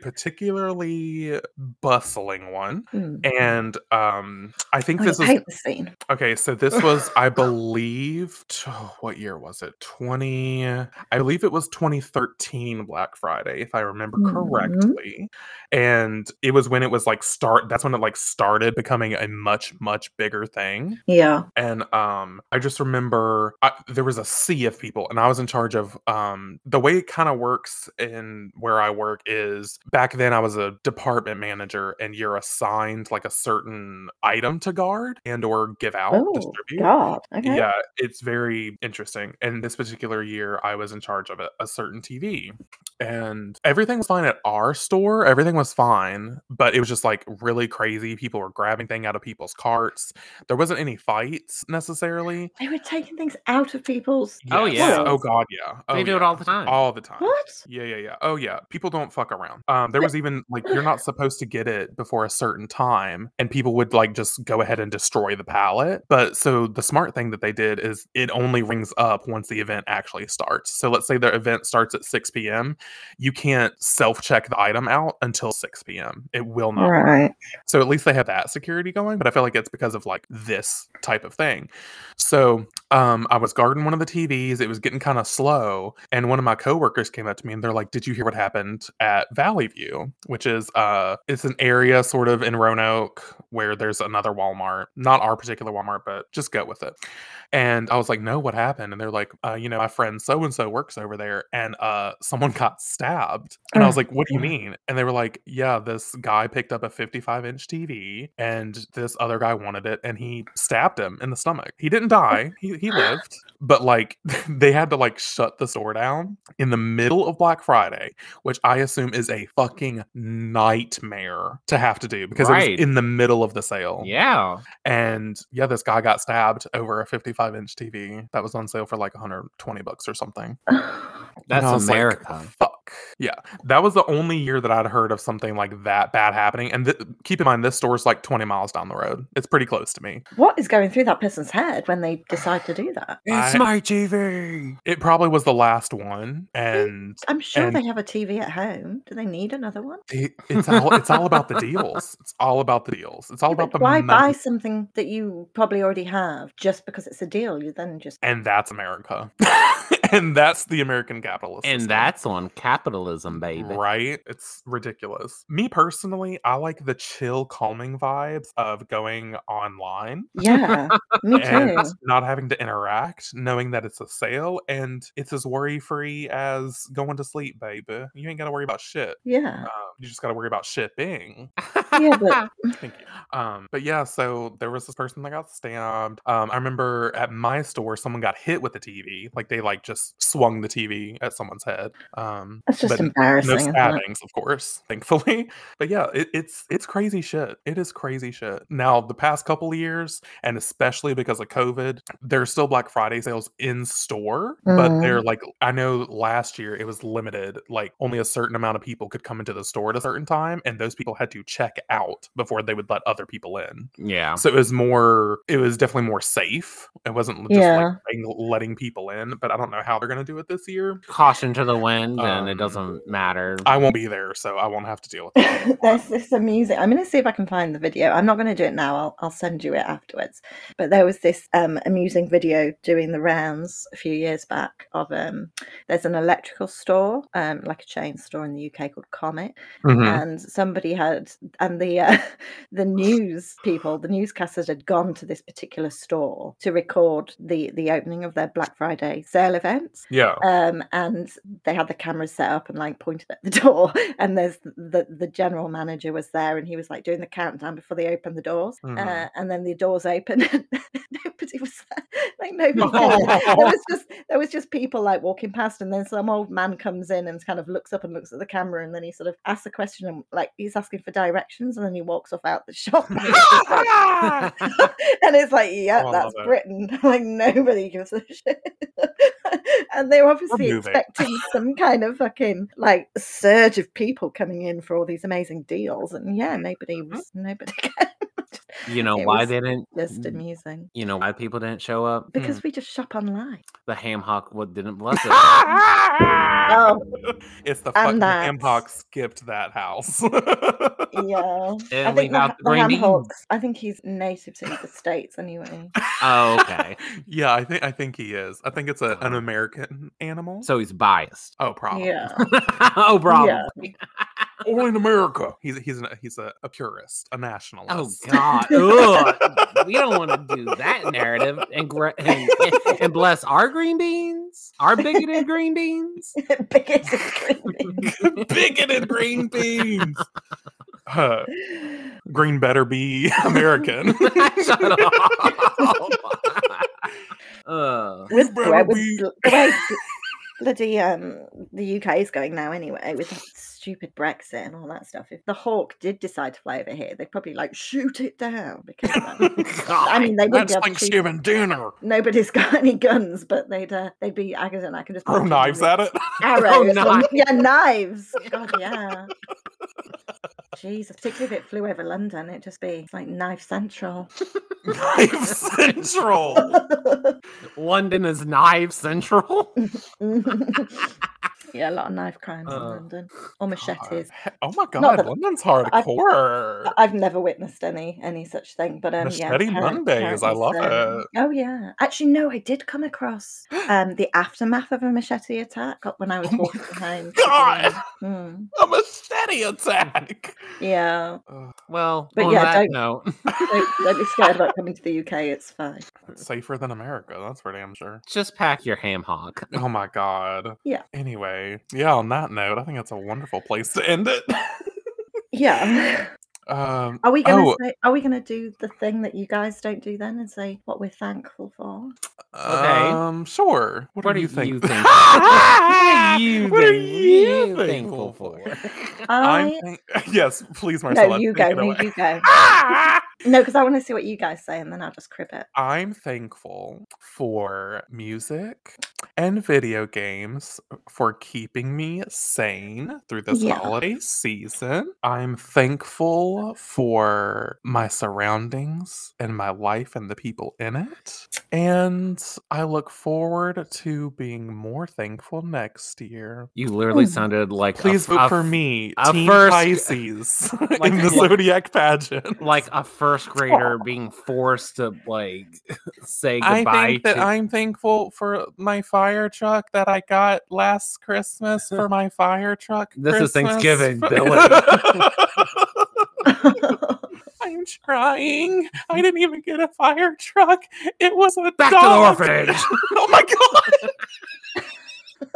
S3: particularly bustling one.
S2: Hmm.
S3: And um, I think
S2: Oh,
S3: this
S2: you
S3: is
S2: paint the scene.
S3: okay. So this was, I believe, t- oh, what year was it? Twenty, I believe it was twenty thirteen Black Friday, if I remember
S2: Mhm.
S3: correctly. And it was when it was like start. That's when it like started becoming a much much bigger thing
S2: Yeah.
S3: and um i just remember I, there was a sea of people and i was in charge of um the way it kind of works in where i work is back then i was a department manager and you're assigned like a certain item to guard and or give out
S2: Oh,
S3: distribute
S2: God. Okay.
S3: yeah it's very interesting and this particular year i was in charge of a, a certain tv and everything was fine at our store everything was fine but it was just like really crazy people were grabbing thing out of people's carts there wasn't any fights necessarily
S2: They were taking things out of people's.
S1: Oh,
S3: Yes.
S1: yeah.
S3: oh god yeah oh,
S1: they do
S3: yeah.
S1: it all the time.
S3: all the time
S2: What?
S3: yeah, yeah, yeah. Oh, yeah. People don't fuck around. Um, there was even like you're not supposed to get it before a certain time, and people would like just go ahead and destroy the pallet. But so the smart thing that they did is it only rings up once the event actually starts. So let's say the event starts at 6 p.m. You can't self check the item out until 6 p.m. It will not. work.
S2: Right.
S3: So at least they have that security going, but I feel like it's because of like this type of thing. So um I was guarding one of the TVs, it was getting kind of slow, and one of my coworkers came up to me and they're like, Did you hear what happened at Valley View? Which is uh it's an area sort of in Roanoke where there's another Walmart. Not our particular Walmart, but just go with it. And I was like, No, what happened? And they're like, uh, you know, my friend so and so works over there and uh someone (laughs) got stabbed. And I
S2: Oh.
S3: was like, like, what do you
S2: Yeah.
S3: mean? And they were like, yeah, this guy picked up a 55 inch TV and this other guy wanted it and he stabbed him in the stomach. He didn't
S2: Oh.
S3: die, he, he lived. But like, (laughs) they had to like shut the store down in the middle of Black Friday, which I assume is a fucking nightmare to have to do because it
S1: Right.
S3: was in the middle of the sale.
S1: Yeah.
S3: And yeah, this guy got stabbed over a 55 inch TV that was on sale for like 120 bucks or something. And
S1: That's
S3: I was like,
S1: America.
S3: Fuck. Yeah. That was the only year that I'd heard of something like that bad happening. And th- keep in mind, this store's like 20 miles down the road. It's pretty close to me.
S2: (sighs) What is going through that person's head when they decide to do that?
S3: It's I-
S1: my TV.
S3: It probably was the last one. And
S2: I'm sure
S3: And-
S2: they have a TV at home. Do they need another one?
S3: it- it's, all, it's all about the deals. It's all about the deals. It's all
S2: Yeah, but
S3: about the
S2: why buy
S3: money.
S2: something that you probably already have just because it's a deal? You then just
S3: And that's America. (laughs) and that's the American capitalist.
S1: And
S3: system.
S1: that's on capitalism, baby.
S3: Right? It's ridiculous. Me personally, I like the chill, calming vibes of going online
S2: yeah, me too.
S3: (laughs) and not having to interact, knowing that it's a sale and it's as worry free as going to sleep, baby. You ain't got to worry about shit.
S2: Yeah,
S3: Um, you just got to worry
S2: (laughs)
S3: about shipping. (laughs)
S2: yeah, but
S3: Thank you. Um, but yeah, so there was this person that got stabbed. Um, I remember at my store, someone got hit with a TV. Like they like just swung the TV at someone's head. Um,
S2: that's just
S3: but
S2: embarrassing.
S3: no
S2: isn't it?
S3: stabbings, of course, (laughs) thankfully. But yeah, it, it's it's crazy shit. It is crazy shit. Now, the past couple of years, and especially because of COVID, there's still Black Friday sales in store, but
S2: Mm.
S3: they're like I know last year it was limited, like only a certain amount of people could come into the store at a certain time, and those people had to check out before they would let other people in.
S1: Yeah.
S3: So it was more, it was definitely more safe. It wasn't just
S2: Yeah.
S3: like letting- letting people in, but I don't know how they're going to do it this year.
S1: Caution to the wind, and
S3: Um,
S1: it doesn't matter.
S3: I won't be there, so I won't have
S2: (laughs)
S3: to deal with that.
S2: There's this amusing. I'm going to see if I can find the video. I'm not going to do it now. I'll, I'll send you it afterwards. But there was this um, amusing video doing the rounds a few years back of um, there's an Mm-hmm.
S3: Hmm.
S2: electrical store, um, like a chain store in the UK called Comet, and somebody had and and the uh, (laughs) the news people, the newscasters had gone to this particular store to record the the opening of their Black Friday sale events. (laughs)
S3: Yeah.
S2: Um, and they had the cameras set up and like pointed at the (laughs) door. And there's the the general manager was there, and he was like doing the countdown before they opened the doors. Uh,
S3: Mhm.
S2: and then the doors opened. (laughs) And nobody was there. (laughs) like nobody. there. there was just there was just people like walking past, and then some old man comes in and kind of looks up and looks at the camera, and then he sort of asks a question, and like he's asking for directions, and then he walks off out the (laughs) shop. and it's just like- and it's like, yeah,
S3: Oh, I
S2: that's
S3: love it.
S2: Britain. (laughs) Like nobody gives a (laughs) shit. and they were obviously
S3: moving.
S2: expecting some kind of fucking like surge of people coming in for all these amazing deals. And yeah, nobody was nobody. (laughs) cared.
S1: (laughs) You know
S2: It
S1: why
S2: was
S1: they didn't?
S2: Just amusing
S1: You know why people didn't show up?
S2: because we just shop online.
S1: The ham hock what
S2: (laughs)
S1: didn't bless it.
S2: Oh
S3: it's the
S2: I'm
S3: fucking ham
S2: not.
S3: hock skipped that house.
S2: yeah.
S1: They
S2: I
S1: leave
S2: think the, (laughs)
S1: out the
S2: h- the
S1: green beans.
S2: Hamhawks- I think he's native to the states anyway.
S1: Oh, okay.
S3: (laughs) yeah, I think I think he is. I think it's a, an American animal.
S1: So he's biased. (laughs)
S3: oh, probably.
S2: Yeah.
S1: oh, problem.
S3: Only in America. He's he's an, he's a, a purist,
S2: (laughs)
S3: a
S1: Oh
S3: nationalist.
S1: God. Ugh. We don't want to do that narrative and, gra- and and bless our green beans, our bigoted green
S2: (laughs)
S1: beans.
S2: (laughs) Biggest screaming.
S1: (laughs)
S3: (laughs) bigoted green beans. Uh,
S2: (laughs)
S3: green better be (laughs) American.
S1: Shut up. Ugh.
S2: with
S3: Brad
S2: Brad with
S3: would be-
S2: bl- the
S3: (laughs)
S2: way bl- bloody um the UK is going now anyway with that stupid Brexit and all that stuff. If the hawk did decide to fly over here, they'd probably like shoot it down because um,
S3: (laughs)
S1: (laughs)
S2: I mean (laughs) they wouldn't be
S3: That's
S2: able to shoot.
S3: Thanksgiving dinner.
S2: Nobody's (laughs) got any guns, but they'd uh, they'd be I can I can just
S3: Throw
S2: point
S3: Oh, knives oh,
S2: with
S3: at it.
S1: Oh,
S3: (laughs)
S2: arrows.
S1: Throw
S2: and- yeah, knives. God,
S3: (laughs)
S2: yeah. Jesus, particularly if it flew over London, it'd just be it's like knife
S3: (laughs)
S2: central. (laughs)
S3: Knife Central.
S1: (laughs) London is knife
S2: (laughs)
S1: central.
S2: yeah, a lot of knife crimes in
S1: Uh,
S2: London or machetes.
S3: God. Oh my
S2: Not
S3: god,
S2: that-
S3: London's
S2: I've-
S3: hardcore.
S2: I- I've never witnessed any any such thing, but um, yeah,
S3: Machete
S2: apparent-
S3: Mondays, I
S2: apparently
S3: love
S2: so.
S3: it.
S2: Oh yeah, actually, no, I did come
S3: (gasps)
S2: across um the aftermath of a machete attack uh, when I was
S3: Oh my
S2: walking behind.
S3: God.
S2: Mm,
S3: A
S2: (laughs)
S3: machete attack.
S2: Hmm. yeah,
S3: Ugh,
S1: Well,
S2: But
S1: on
S2: yeah,
S1: that
S2: don't-
S1: note,
S2: don't, don't be scared about coming to the UK. It's fine.
S3: it's safer than America, that's for damn
S1: (laughs)
S3: sure.
S1: just pack your ham hock.
S3: Oh my god.
S2: Yeah.
S3: Anyway, yeah, on that note, I think that's a wonderful place to end it. (laughs)
S2: Yeah. (laughs)
S3: um
S2: Are we gonna
S3: Oh.
S2: say, are we gonna do the thing that you guys don't do then and say what we're thankful for?
S1: Oh, Okay.
S3: Um, sure. What,
S1: What
S3: do
S1: are
S3: you think? (laughs)
S1: you thankful for? What are you
S3: What are
S1: thankful-
S3: you
S1: thankful
S3: I'm
S2: I
S3: thank- (laughs) yes, please, Marcella.
S2: no, you
S3: take
S2: go,
S3: it
S2: no,
S3: away.
S2: you go.
S3: Ah!
S2: No, because I want to see what you guys say, and then I'll just crib it.
S3: I'm thankful for music and video games for keeping me sane through this
S2: Yeah.
S3: holiday season. I'm thankful for my surroundings and my life and the people in it. And I look forward to being more thankful next year.
S1: You literally
S2: Hmm.
S1: sounded like a
S3: Mm. Please
S1: f-
S3: vote
S1: a
S3: for
S1: f-
S3: me,
S1: a
S3: Team
S1: first-
S3: Pisces,
S1: (laughs) like-
S3: in the (laughs) zodiac pageant.
S1: like a first grader being forced to like (laughs) say goodbye
S3: I think that
S1: to
S3: I'm thankful for my fire truck that I got last
S1: (laughs)
S3: Christmas for my fire truck.
S1: This is
S3: Christmas. (laughs)
S1: Thanksgiving, Billy.
S3: I'm trying. I didn't even get a fire truck. It was a
S1: back
S3: dog.
S1: to the orphanage.
S3: (laughs) oh my god! (laughs)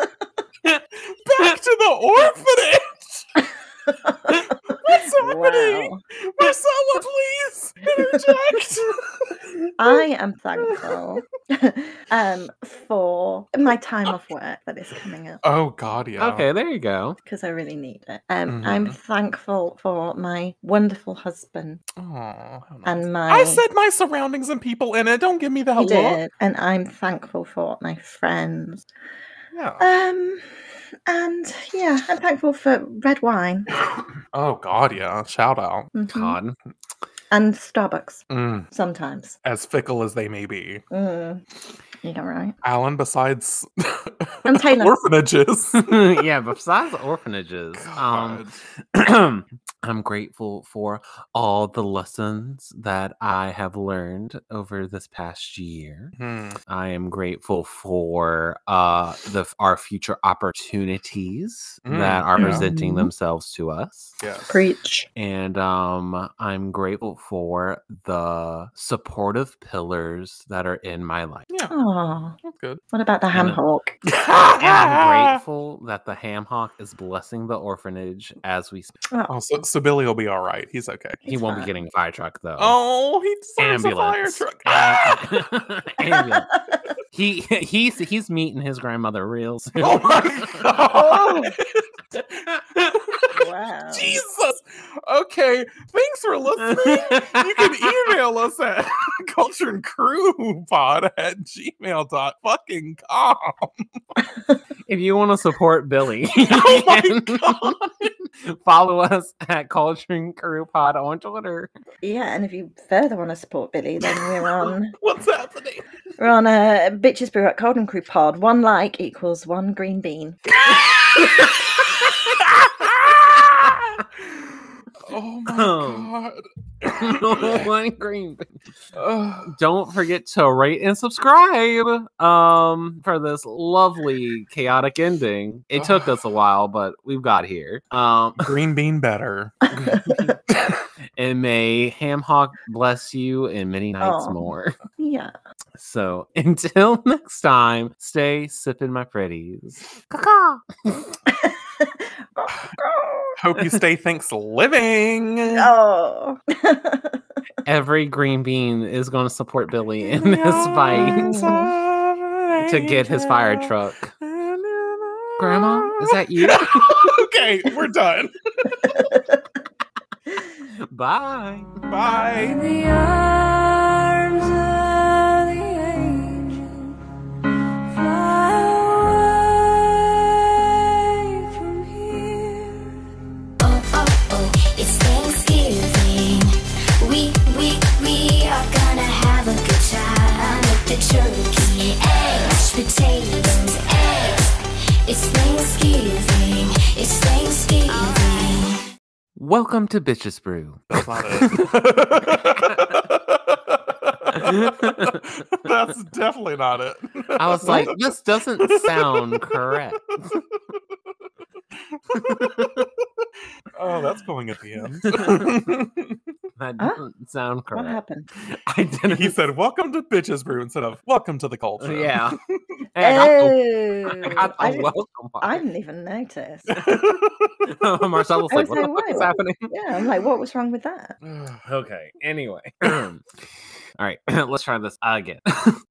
S3: back to the orphanage. (laughs) What's (laughs) happening,
S2: wow.
S3: Marcella? Please
S1: (laughs)
S3: interject.
S2: I am thankful (laughs) um, for my time off work that is coming up
S3: oh God, yeah.
S1: Okay, there you go.
S2: because I really need it. Um,
S3: Mm-hmm.
S2: I'm thankful for my wonderful husband
S3: Aw, how nice.
S2: and my.
S3: I said my surroundings and people in it. Don't give me that
S2: He
S3: look.
S2: did, and I'm thankful for my friends. (laughs)
S3: Yeah.
S2: Um, and yeah, I'm thankful for red wine.
S3: oh God, yeah. Shout out.
S2: Mhm.
S1: God.
S2: and Starbucks
S3: Mm,
S2: sometimes.
S3: as fickle as they may be.
S2: Mm. You know, right?
S3: Alan, besides
S2: And Taylor.
S3: orphanages. (laughs)
S1: (laughs) yeah, besides orphanages, um,
S3: God.
S1: (clears throat) I'm grateful for all the lessons that I have learned over this past year.
S3: Hmm.
S1: I am grateful for uh, the f- our future opportunities that
S3: Mm,
S1: are
S3: yeah.
S1: presenting
S2: Mhm.
S1: themselves to us.
S3: Yes.
S2: Preach.
S1: And um, I'm grateful for the supportive pillars that are in my life.
S3: yeah,
S2: Oh,
S3: that's (laughs) good.
S2: what about the ham
S1: Yeah.
S3: (laughs)
S2: hawk?
S1: and I'm grateful that the ham hock is blessing the orphanage as we speak.
S3: Oh, so, so Billy will be all right. He's okay.
S1: He
S2: It's
S1: won't
S2: fine.
S1: be getting a fire truck though.
S3: Oh, he deserves
S1: ambulance.
S3: a fire truck. Ah!
S1: Uh, (laughs) ambulance. He he's he's meeting his grandmother real soon.
S3: (laughs) (laughs) Oh
S1: (laughs)
S3: my god!
S2: wow.
S3: Jesus. Okay, thanks for listening. you can email us at (laughs) culture and crew pod at gmail dot fucking com.
S1: if you want to support Billy, you
S3: (laughs) Oh my
S1: (laughs) can follow us at Culture and Career Pod on Twitter.
S2: Yeah, and if you further want to support Billy, then
S1: (laughs)
S2: we're on
S3: What's happening?
S2: we're on a bitches brew at Cold and Crew pod. One like equals one green bean.
S3: oh my
S1: Um.
S3: god.
S1: (laughs) One green. bean.
S3: Ugh.
S1: Don't forget to rate and subscribe. Um, for this lovely chaotic ending. It took us a while, but we've got here. Um,
S3: Green bean better.
S1: and may Ham Hawk bless you and many nights
S2: Aw.
S1: more. (laughs)
S2: Yeah.
S1: So until (laughs) next time, stay sipping my pretties. Caw-caw.
S3: Hope you stay thanks living.
S2: oh. (laughs)
S1: Every green bean is going to support Billy in this fight (laughs) to get his fire truck. Grandma, is that you?
S3: (laughs) okay, we're done.
S1: (laughs) Bye.
S3: Bye.
S1: (laughs)
S4: In the arms of the angel, fly away from here.
S5: Oh, oh, oh, it's Thanksgiving. We, we, we are gonna have a good time with the turkey, eggs, potatoes, eggs. It's Thanksgiving. It's Thanksgiving.
S1: Welcome to Bitches Brew.
S3: That's not it. That's definitely not it.
S1: I was like, this doesn't sound correct.
S3: (laughs) oh, that's going at
S1: (laughs)
S3: the end.
S1: That
S2: Huh?
S1: doesn't sound
S2: What
S1: correct.
S2: happened?
S1: I didn't.
S3: he said, "Welcome to bitches brew" instead of "Welcome to the culture."
S1: (laughs) yeah. Hey, I got the-
S2: Oh,
S1: I got the
S2: I, didn't,
S1: welcome part.
S2: I didn't
S1: (laughs)
S2: even notice.
S1: Marcelo's
S2: I
S1: like,
S2: was
S1: what the fuck
S2: like,
S1: is
S2: "Whoa."
S3: (sighs)
S1: happening?
S2: Yeah, I'm like, what was wrong with that?
S1: (clears throat) okay. Anyway. All right. Let's try this again. (laughs)